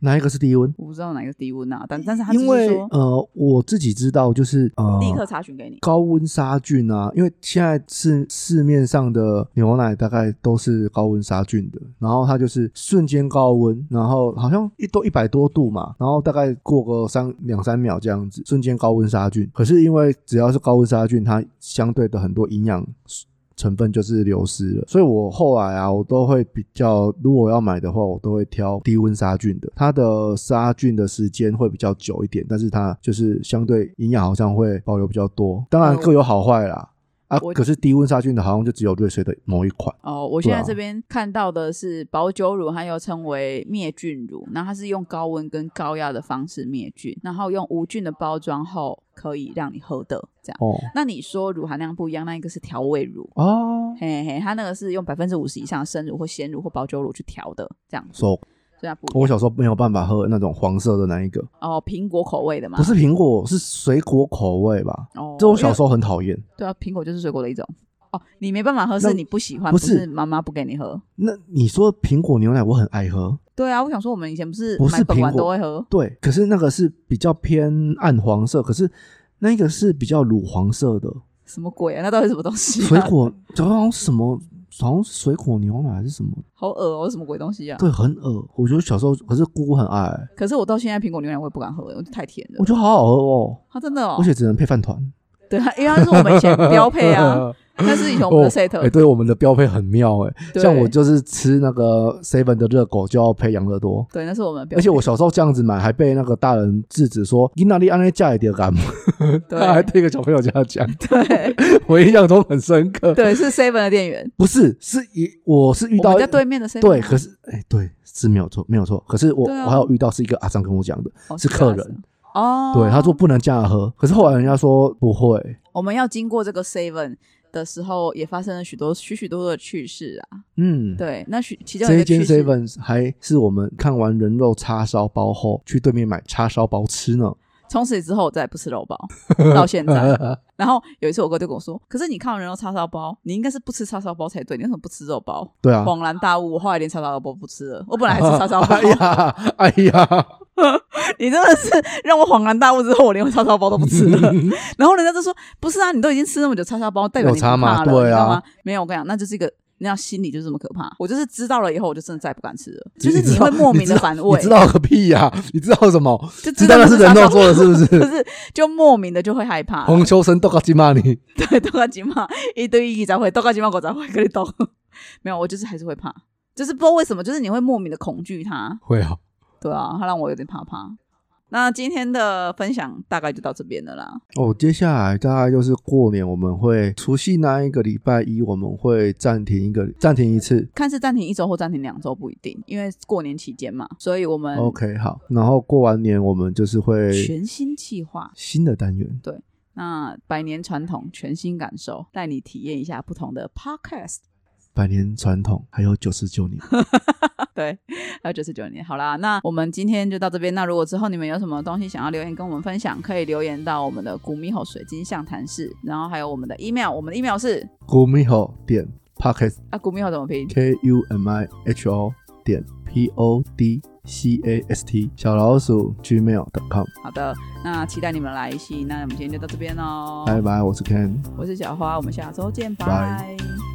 哪一个是低温？
我不知道哪个低温啊，但但是它只
因
是
为
说
呃，我自己知道，就是呃，
立刻查询给你。
高温杀菌啊，因为现在市市面上的牛奶大概都是高温杀菌的，然后它就是瞬间高温，然后好像一都一百多度嘛，然后大概过个三两三秒这样子，瞬间高温杀菌。可是因为只要是高温杀菌，它相对的很多营养。成分就是流失了，所以我后来啊，我都会比较，如果要买的话，我都会挑低温杀菌的，它的杀菌的时间会比较久一点，但是它就是相对营养好像会保留比较多，当然
嗯
各有好坏啦。啊，
我
可是低温杀菌的好像就只有瑞穗的某一款，
哦，我
对
现
啊
在这边看到的是保酒乳，它又称为灭菌乳，那它是用高温跟高压的方式灭菌，然后用无菌的包装后可以让你喝的这样。
哦
那你说乳含量不一样，那一个是调味乳，
哦，
嘿嘿，它那个是用百分之五十以上的生乳或鲜乳或保酒乳去调的，这样子，
手、
所以它不一
我
样。
小时候没有办法喝那种黄色的那一个，
哦，苹果口味的嘛
不，是苹果，是水果口味吧？
哦，
这我小
因为
时候很讨厌。
对啊，苹果就是水果的一种。哦，你没办法喝，
那
是你不喜欢，
不
不
是
妈妈不给你喝。
那你说苹果牛奶，我很爱喝，
对啊，我想说我们以前不是
不是
买本
苹
丸
果
都会喝，
对，可是那个是比较偏暗黄色，可是那个是比较乳黄色的
什么鬼啊？那到底什么东西、啊？
水果，好像是什么，好像是水果牛奶还是什么，
好恶哦，什么鬼东西啊？
对，很恶。我觉得小时候，可是姑姑很爱、
可是我到现在苹果牛奶我也不敢喝，我觉得太甜了
我。觉得好好喝哦，
它、真的哦
而，且只能配饭团。
对啊，因为它是我们以前标配 啊，那是以前我们的 set，、
哎、对，我们的标配很妙哎、
对
像我就是吃那个 seven 的热狗就要配养乐多，
对，那是我们的标
而
配。
且我小时候这样子买，还被那个大人制止说：“你哪里按那价也得干嘛？”他 还
对
对一个小朋友这样讲，
对
我印象中很深刻。
对是 seven 的店员，
不是，是一我是遇
我
到
们家对面的 seven
对，可是哎、对，是没有错，没有错。可是我、
对啊
我还有遇到是一个阿张跟我讲的，
哦
是客人
哦，
对，他说不能这样喝。可是后来人家说不会，
我们要经过这个 seven 的时候，也发生了许多许许多多的趣事啊。
嗯，
对，那许其中有
这
一
一
个
间
趣事
seven 还是我们看完人肉叉烧包后去对面买叉烧包吃呢。
从此之后我再也不吃肉包，到现在。然后有一次我哥就跟我说：“可是你看完人肉叉烧包，你应该是不吃叉烧包才对，你为什么不吃肉包
对？”啊，
恍然大悟，我后来连叉烧包不吃了，我本来还吃叉烧包
哎。呀，哎呀，
你真的是让我恍然大悟之后，我连叉烧包都不吃了。 然后人家就说：“不是啊，你都已经吃那么久叉烧包，代表你
有
不
差
怕
吗
了，
对啊
你知道吗？”没有，我跟你讲，那就是一个。那样心理就是这么可怕，我就是知道了以后，我就真的再也不敢吃了， 就是
知
你
道
会莫名
知
的
道
反
你
胃，
知道个屁呀、你知道什么？
就
知
知
道
道
那是人肉
叉烧
做的，哦是不
不
是？
是，啊就莫名的就会害怕。
洪秋生都搞鸡骂你，
对，豆干鸡嘛，一堆一才会，豆干鸡嘛，我才会跟你斗。 没有，我就是还是会怕，就是不知道为什么，就是你会莫名的恐惧它。
会啊，
对啊，它让我有点怕怕。那今天的分享大概就到这边了啦。
哦，接下来大概就是过年，我们会除夕那一个礼拜一，我们会暂停一个暂停一次。
看是暂停一周或暂停两周不一定，因为过年期间嘛，所以我们
OK，好，然后过完年我们就是会
嗯全新计划。
新的单元。
那百年传统，全新感受，带你体验一下不同的 podcast。
百年传统还有九十九年，
对，还有九十九年。好啦，那我们今天就到这边。那如果之后你们有什么东西想要留言跟我们分享，可以留言到我们的古米吼水晶象谈室，然后还有我们的 email，我们的 email 是
古米吼点 pocket
啊，古米吼怎么拼？
k u m i h o 点 p o d c a s t 小老鼠 gmail.com。
好的，那期待你们来信。那我们今天就到这边喽，
拜拜，我是 Ken。
我是小花，我们下周见，
拜
拜